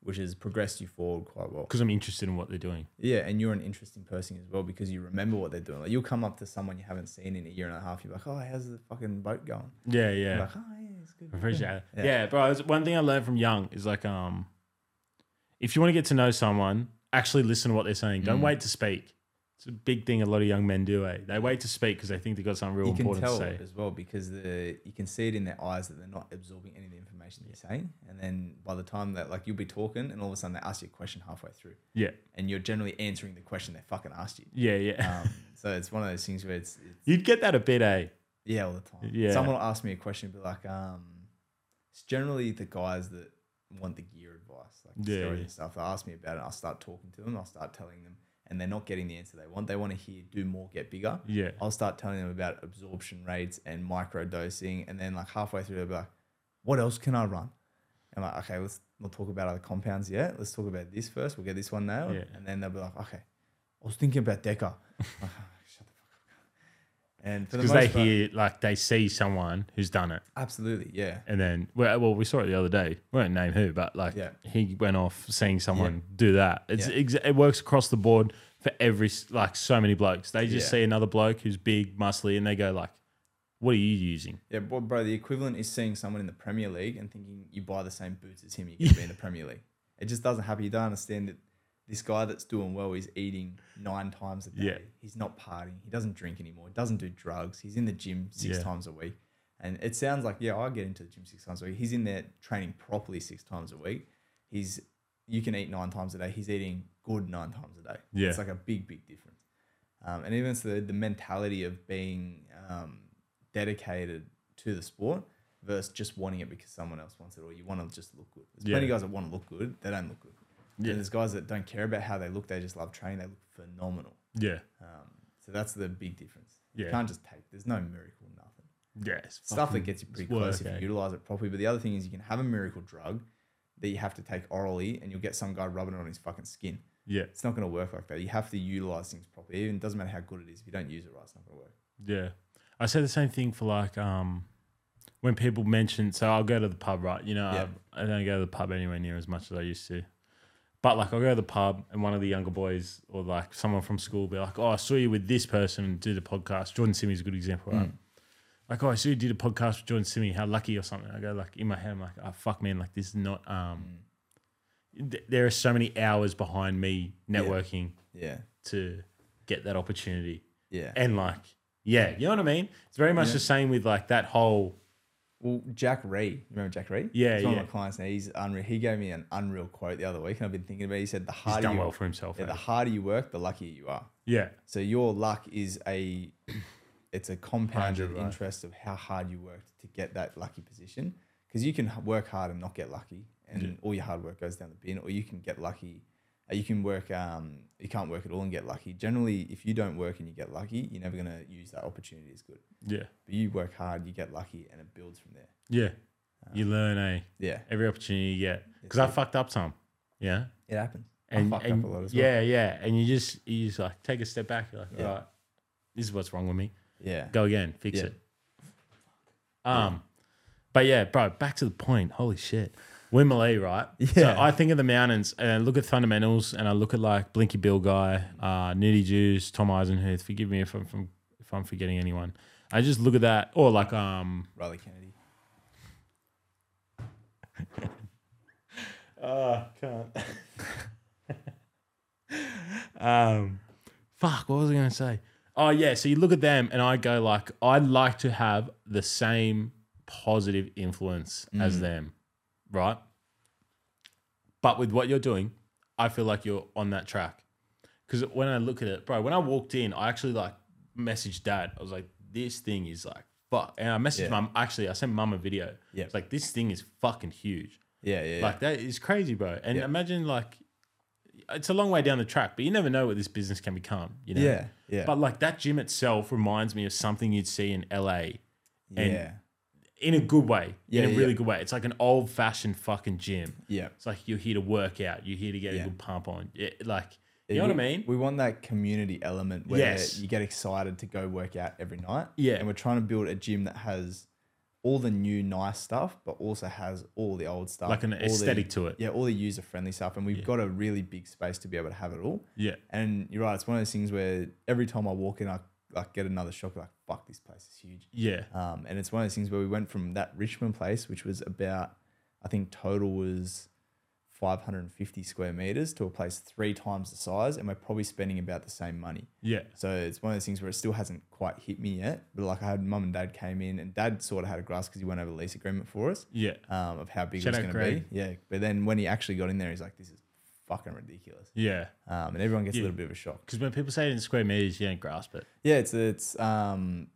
which has progressed you forward quite well. because I'm interested in what they're doing. Yeah, and you're an interesting person as well because you remember what they're doing. Like you'll come up to someone you haven't seen in a year and a half. You're like, oh, how's the fucking boat going? Yeah, yeah. You're like, oh yeah, it's good. I appreciate it. Yeah, Yeah. bro. It's one thing I learned from young is like, um, if you want to get to know someone, actually listen to what they're saying. Mm. Don't wait to speak. It's a big thing a lot of young men do. Eh? They wait to speak because they think they've got something real You can important to tell say. as well because the you can see it in their eyes that they're not absorbing any of the information you're saying, and then by the time that like you'll be talking, and all of a sudden they ask you a question halfway through, Yeah, and you're generally answering the question they fucking <laughs> asked you. yeah, yeah. Um, so it's one of those things where it's, it's You'd get that a bit, eh? Yeah, all the time. Yeah. Someone will ask me a question, be like, um, it's generally the guys that want the gear advice, like the Yeah, steroids yeah. and stuff. They ask me about it. I'll start talking to them. I'll start telling them, and they're not getting the answer they want. They want to hear do more, get bigger. Yeah. I'll start telling them about absorption rates and micro dosing, and then like halfway through, they'll be like, "What else can I run?" And I'm like, okay, let's not talk about other compounds yet. Let's talk about this first. We'll get this one now, Yeah. and then they'll be like, "Okay, I was thinking about Deca." <laughs> "Oh, Shut the fuck up. And for the Because most they part- hear, like, they see someone who's done it, Absolutely, yeah. and then, well, well we saw it the other day. We won't name who, but like, Yeah. he went off seeing someone do that. It's Yeah. exa- it works across the board for every s- like so many blokes. They just Yeah. see another bloke who's big, muscly, and they go like, "What are you using?" Yeah, bro, bro, the equivalent is seeing someone in the Premier League and thinking you buy the same boots as him, you're going to <laughs> be in the Premier League. It just doesn't happen. You don't understand that this guy that's doing well is eating nine times a day. Yeah. He's not partying. He doesn't drink anymore. He doesn't do drugs. He's in the gym six Yeah. times a week. And it sounds like, yeah, I get into the gym six times a week. He's in there training properly six times a week. He's, you can eat nine times a day. He's eating good nine times a day. Yeah. It's like a big, big difference. um, and even so the mentality of being um, dedicated to the sport versus just wanting it because someone else wants it or you want to just look good. There's plenty Yeah. of guys that want to look good, they don't look good. Yeah. And there's guys that don't care about how they look, they just love training, they look phenomenal. Yeah, Um, so that's the big difference. Yeah. You can't just take, there's no miracle, nothing. yeah, it's Stuff that fucking- gets you pretty it's work, close if eh? you utilize it properly. But the other thing is, you can have a miracle drug that you have to take orally and you'll get some guy rubbing it on his fucking skin yeah, it's not going to work like that. You have to utilize things properly. Even doesn't matter how good it is. If you don't use it right, it's not going to work. yeah. I say the same thing for like um when people mention. So I'll go to the pub, right? You know, Yeah. I, I don't go to the pub anywhere near as much as I used to. But like I'll go to the pub and one of the younger boys or like someone from school will be like, "Oh, I saw you with this person and did a podcast." Jordan Simi's a good example, right? like, oh, I see you did a podcast with Jordan Simi. How lucky or something. I go like in my head, I'm like, oh fuck, man, like this is not. Um, th- there are so many hours behind me networking Yeah. to get that opportunity, Yeah. and like, yeah, you know what I mean. It's very much the same with like that whole. Well, Jack Ree, you remember Jack Ree? Yeah, He's one yeah. of my clients now. He's unreal. He gave me an unreal quote the other week, and I've been thinking about. it. He said, "The He's harder done you, well for himself. yeah, Yeah, the harder you work, the luckier you are. yeah, So your luck is a, <clears throat> it's a compounded right. interest of how hard you worked to get that lucky position. Because you can h- work hard and not get lucky, and all your hard work goes down the bin. Or you can get lucky. uh, You can work. Um, you can't work at all and get lucky. Generally, if you don't work and you get lucky, you're never gonna use that opportunity as good. yeah. But you work hard, you get lucky, and it builds from there. yeah. you learn, eh? Yeah, Every opportunity you get, because Yes, I fucked up some. Yeah. it happens. and, I fuck and- up a lot as well. yeah, yeah. And you just you just like take a step back. You're like, Yeah. all right, this is what's wrong with me. Yeah. Go again, fix Yeah. it. Um, but yeah, bro. Back to the point. Holy shit, Wimbledon, right? So Yeah. I think of the mountains and I look at fundamentals, and I look at like Blinky Bill guy, uh, Nitty Juice, Tom Eisenhuth. Forgive me if I'm from, if I'm forgetting anyone. I just look at that, or like um, Riley Kennedy. Ah, can't. um, fuck. What was I going to say? Oh yeah. So you look at them, and I go like, I'd like to have the same positive influence Mm. as them, right? But with what you're doing, I feel like you're on that track. Because when I look at it, bro, when I walked in, I actually like messaged dad. I was like, this thing is like fuck. And I messaged Yeah. mum. Actually, I sent mum a video. Yeah. It's like this thing is fucking huge. Yeah, yeah. Like that is crazy, bro. And Yeah. imagine like it's a long way down the track, but you never know what this business can become. You know. yeah. yeah, yeah. But like that gym itself reminds me of something you'd see in LA and- yeah, in a good way, Yeah, in a yeah, really yeah. good way. It's like an old fashioned fucking gym. yeah. It's like you're here to work out, you're here to get a Yeah. good pump on. Yeah, like you know what I we- mean? We want that community element where Yes. you get excited to go work out every night. Yeah. And we're trying to build a gym that has all the new nice stuff, but also has all the old stuff. Like an all the- aesthetic to it. Yeah, all the user friendly stuff. And we've got a really big space to be able to have it all. Yeah. And you're right, it's one of those things where every time I walk in, I like get another shock, like, fuck, this place is huge. Yeah. Um, and it's one of those things where we went from that Richmond place, which was about, I think total was 550 square meters, to a place three times the size, and we're probably spending about the same money. Yeah. So it's one of those things where it still hasn't quite hit me yet. But like I had mum and dad came in, and dad sort of had a grasp because he went over the lease agreement for us Yeah. um, of how big Shout it out was going to Greg. be. Yeah. But then when he actually got in there, he's like, "This is fucking ridiculous," Yeah. um, and everyone gets Yeah. a little bit of a shock. Because when people say it in square meters, you don't grasp it. Yeah, it's it's um,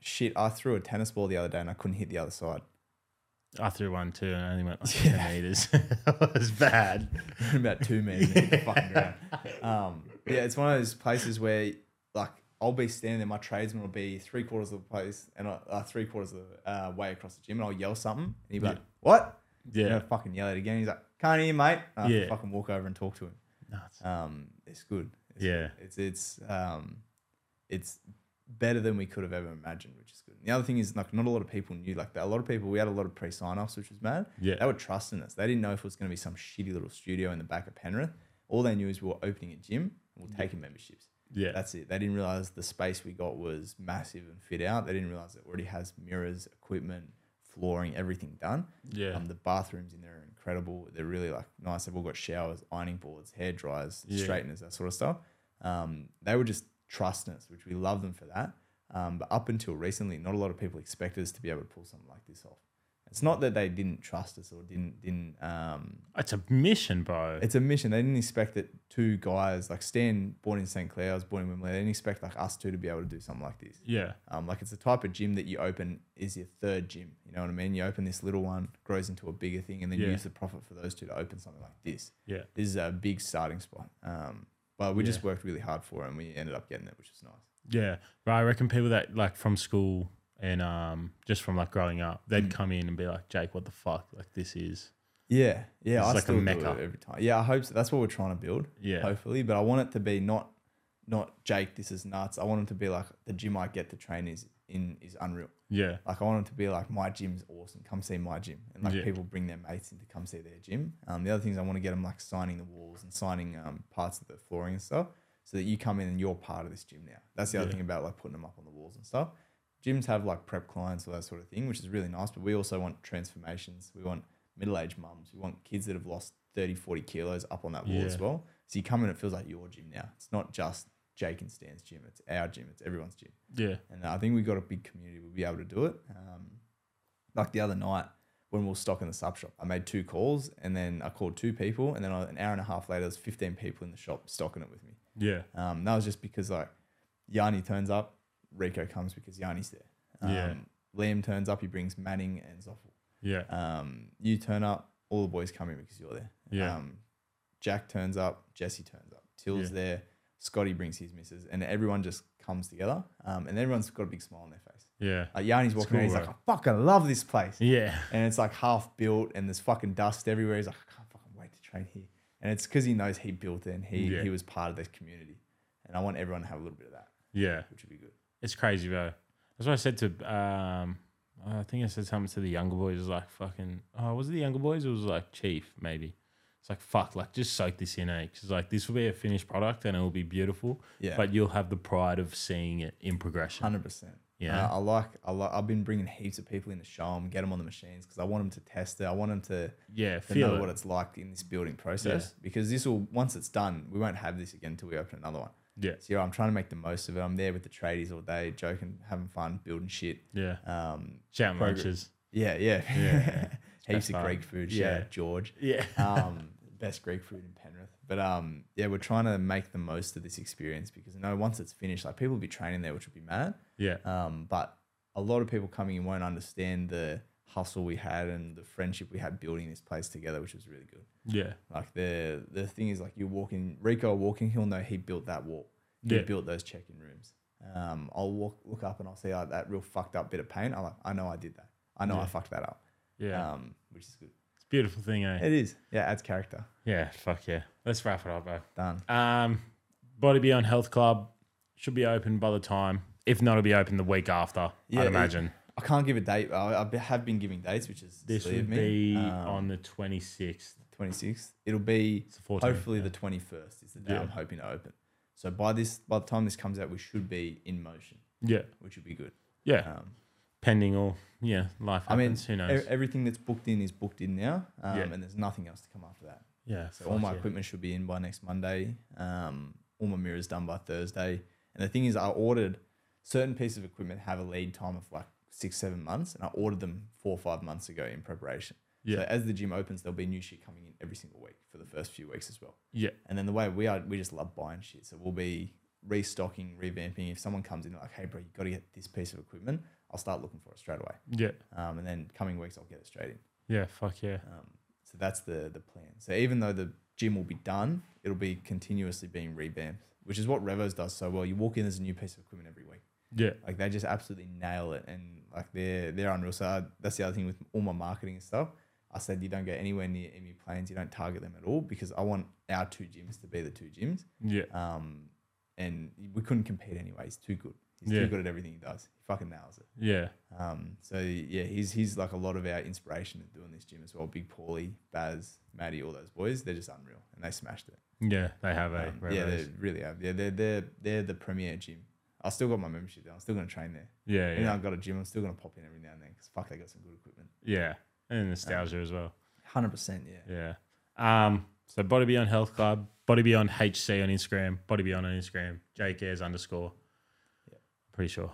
shit. I threw a tennis ball the other day and I couldn't hit the other side. I threw one too, and I only <laughs> went like ten meters. <laughs> it was bad. in about two meters into the fucking ground. Um, but yeah, it's one of those places where like I'll be standing there, my tradesman will be three quarters of the place and I, uh, three quarters of the uh, way across the gym, and I'll yell something, and he'll be like, "What?" And Yeah. I fucking yell it again. He's like, "Can't hear, mate." And I Yeah. fucking walk over and talk to him. Nuts. Um, it's good. It's Yeah. good. <laughs> it's it's um, it's better than we could have ever imagined, which is good. And the other thing is like not a lot of people knew like that. A lot of people we had a lot of pre sign offs, which was mad. Yeah. they were trusting us. They didn't know if it was going to be some shitty little studio in the back of Penrith. All they knew is we were opening a gym and we're taking memberships. Yeah. That's it. They didn't realize the space we got was massive and fit out. They didn't realize it already has mirrors, equipment, flooring, everything done. Yeah. Um, the bathrooms in there are incredible. They're really like nice. They've all got showers, ironing boards, hair dryers, Yeah. straighteners, that sort of stuff. Um, they were just trusting us, which we love them for that. Um, but up until recently, not a lot of people expected us to be able to pull something like this off. It's not that they didn't trust us or didn't didn't. Um, It's a mission, bro. it's a mission. They didn't expect that two guys like Stan, born in St Clair, I was born in Wimbledon. They didn't expect like us two to be able to do something like this. yeah. Um, like it's the type of gym that you open is your third gym. You know what I mean? You open this little one, grows into a bigger thing, and then Yeah. you use the profit for those two to open something like this. Yeah. This is a big starting spot. Um, but we just Yeah. worked really hard for it, and we ended up getting it, which is nice. Yeah, but I reckon people that like from school and um just from like growing up, they'd come in and be like, "Jake, what the fuck? Like this is Yeah, yeah. It's I like a still do mecca. it every time. Yeah, I hope so. that's what we're trying to build. Yeah. hopefully. But I want it to be not not Jake. This is nuts. I want them to be like the gym I get to train is in is unreal. yeah, Like I want it to be like my gym's awesome. Come see my gym, and like Yeah. people bring their mates in to come see their gym. Um, the other things I want to get them like signing the walls and signing um, parts of the flooring and stuff, so that you come in and you're part of this gym now. That's the other Yeah. thing about like putting them up on the walls and stuff. gyms have like prep clients or that sort of thing, which is really nice. But we also want transformations. We want middle aged mums. We want kids that have lost 30, 40 kilos up on that wall as Yeah. well. So you come in, it feels like your gym now. It's not just Jake and Stan's gym. It's our gym. It's everyone's gym. Yeah. And I think we've got a big community. We'll be able to do it. Um, like the other night when we were stocking the sub shop, I made two calls and then I called two people. And then I, an hour and a half later, there's 15 people in the shop stocking it with me. Yeah. Um, that was just because like Yanni turns up, Rico comes because Yanni's there. Um, Yeah. Liam turns up, he brings Manning and Zoffel. Yeah. Um, you turn up, all the boys come in because you're there. Yeah. Um, Jack turns up, Jesse turns up, Till's Yeah. there, Scotty brings his missus, and everyone just comes together. Um, and everyone's got a big smile on their face. Yeah. Like Yanni's walking around, cool, he's like, bro. I fucking love this place. Yeah. And it's like half built and there's fucking dust everywhere. He's like, I can't fucking wait to train here. And it's because he knows he built it and he, Yeah. he was part of this community. And I want everyone to have a little bit of that, Yeah. which would be good. It's crazy, bro. That's what I said to. Um, I think I said something to the younger boys. It was like fucking. Oh, was it the younger boys? It was like Chief, maybe. It's like fuck, like just soak this in, eh? Because like this will be a finished product and it will be beautiful, Yeah. but you'll have the pride of seeing it in progression. Hundred percent. Yeah. I like. I like. I've been bringing heaps of people in to show them, get them on the machines because I want them to test it. I want them to, Yeah, to know feel what it. it's like in this building process because this will once it's done, we won't have this again until we open another one. Yeah, So yeah, I'm trying to make the most of it. I'm there with the tradies all day, joking, having fun, building shit. yeah. Um, Shout progress. munches. yeah, yeah, <laughs> yeah. heaps best of fun. Greek food. Yeah, Yeah. George. Yeah, um, <laughs> best Greek food in Penrith. But um, yeah, we're trying to make the most of this experience because I know once it's finished, like people will be training there, which would be mad. <laughs> yeah, Um, but a lot of people coming in won't understand the hustle we had and the friendship we had building this place together, which was really good. yeah, Like the the thing is, like you're walking, Rico walking, he'll know he built that wall. He Yeah. built those check-in rooms. Um, I'll walk, look up, and I'll see like, that real fucked up bit of paint. I'm like, I know I did that. I know I Yeah. fucked that up. yeah. Um, which is good. it's a beautiful thing, eh? It is. Yeah, adds character. yeah, fuck yeah. Let's wrap it up, bro. Done. Um, Body Beyond Health Club should be open by the time. If not, it'll be open the week after. Yeah, I'd it- imagine I can't give a date. I, I be- have been giving dates, which is this silly of would me. be Um, on the twenty sixth. 26th. It'll be It's the 14th, hopefully yeah. the 21st is the day Yeah. I'm hoping to open. So by this, by the time this comes out, we should be in motion, Yeah, which would be good. yeah. Um, Pending all, yeah, life I mean, happens. Who e- knows? everything that's booked in is booked in now, um, Yeah. and there's nothing else to come after that. yeah. So all fuck my yeah. equipment should be in by next Monday. Um, all my mirrors done by Thursday. And the thing is, I ordered certain pieces of equipment have a lead time of like six, seven months, and I ordered them four or five months ago in preparation. So Yeah. as the gym opens, there'll be new shit coming in every single week for the first few weeks as well. Yeah, And then the way we are, we just love buying shit. So we'll be restocking, revamping. If someone comes in like, hey, bro, you got to get this piece of equipment, I'll start looking for it straight away. yeah, Um, and then coming weeks, I'll get it straight in. yeah. Fuck yeah. Um, so that's the the plan. So even though the gym will be done, it'll be continuously being revamped, which is what Revo's does so well. You walk in, there's a new piece of equipment every week. Yeah, Like they just absolutely nail it, and like they're they're unreal. So I, that's the other thing with all my marketing and stuff. I said you don't go anywhere near Emu Plains, you don't target them at all because I want our two gyms to be the two gyms. yeah, Um, and we couldn't compete anyway. He's too good. He's Yeah. too good at everything he does. He fucking nails it. yeah, Um, so yeah, he's he's like a lot of our inspiration in doing this gym as well. Big Paulie, Baz, Maddie, all those boys, they're just unreal and they smashed it. yeah. They have eh? a Um, yeah, they really have. Yeah, they're they're they're the premier gym. I still got my membership there. I'm still gonna train there. yeah, Even though yeah, I've got a gym, I'm still gonna pop in every now and then because fuck, they got some good equipment. yeah. And nostalgia as well. Hundred percent, yeah. Yeah. Um, so Body Beyond Health Club, Body Beyond HC on Instagram, Body Beyond on Instagram, Jake Ayres underscore. Yeah. Pretty sure.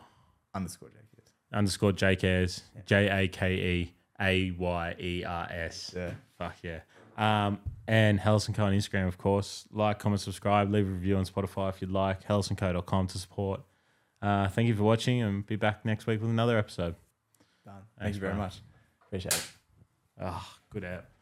Underscore Jake. yes. Underscore Jake Ayres, J A K E A Y E R S. Yeah. Fuck yeah. Um, and Hells and Co on Instagram, of course. Like, comment, subscribe, leave a review on Spotify if you'd like. Hellsandco.com to support. Uh, thank you for watching and be back next week with another episode. Done. Thank you very bro. much. Appreciate it. Ah, good app.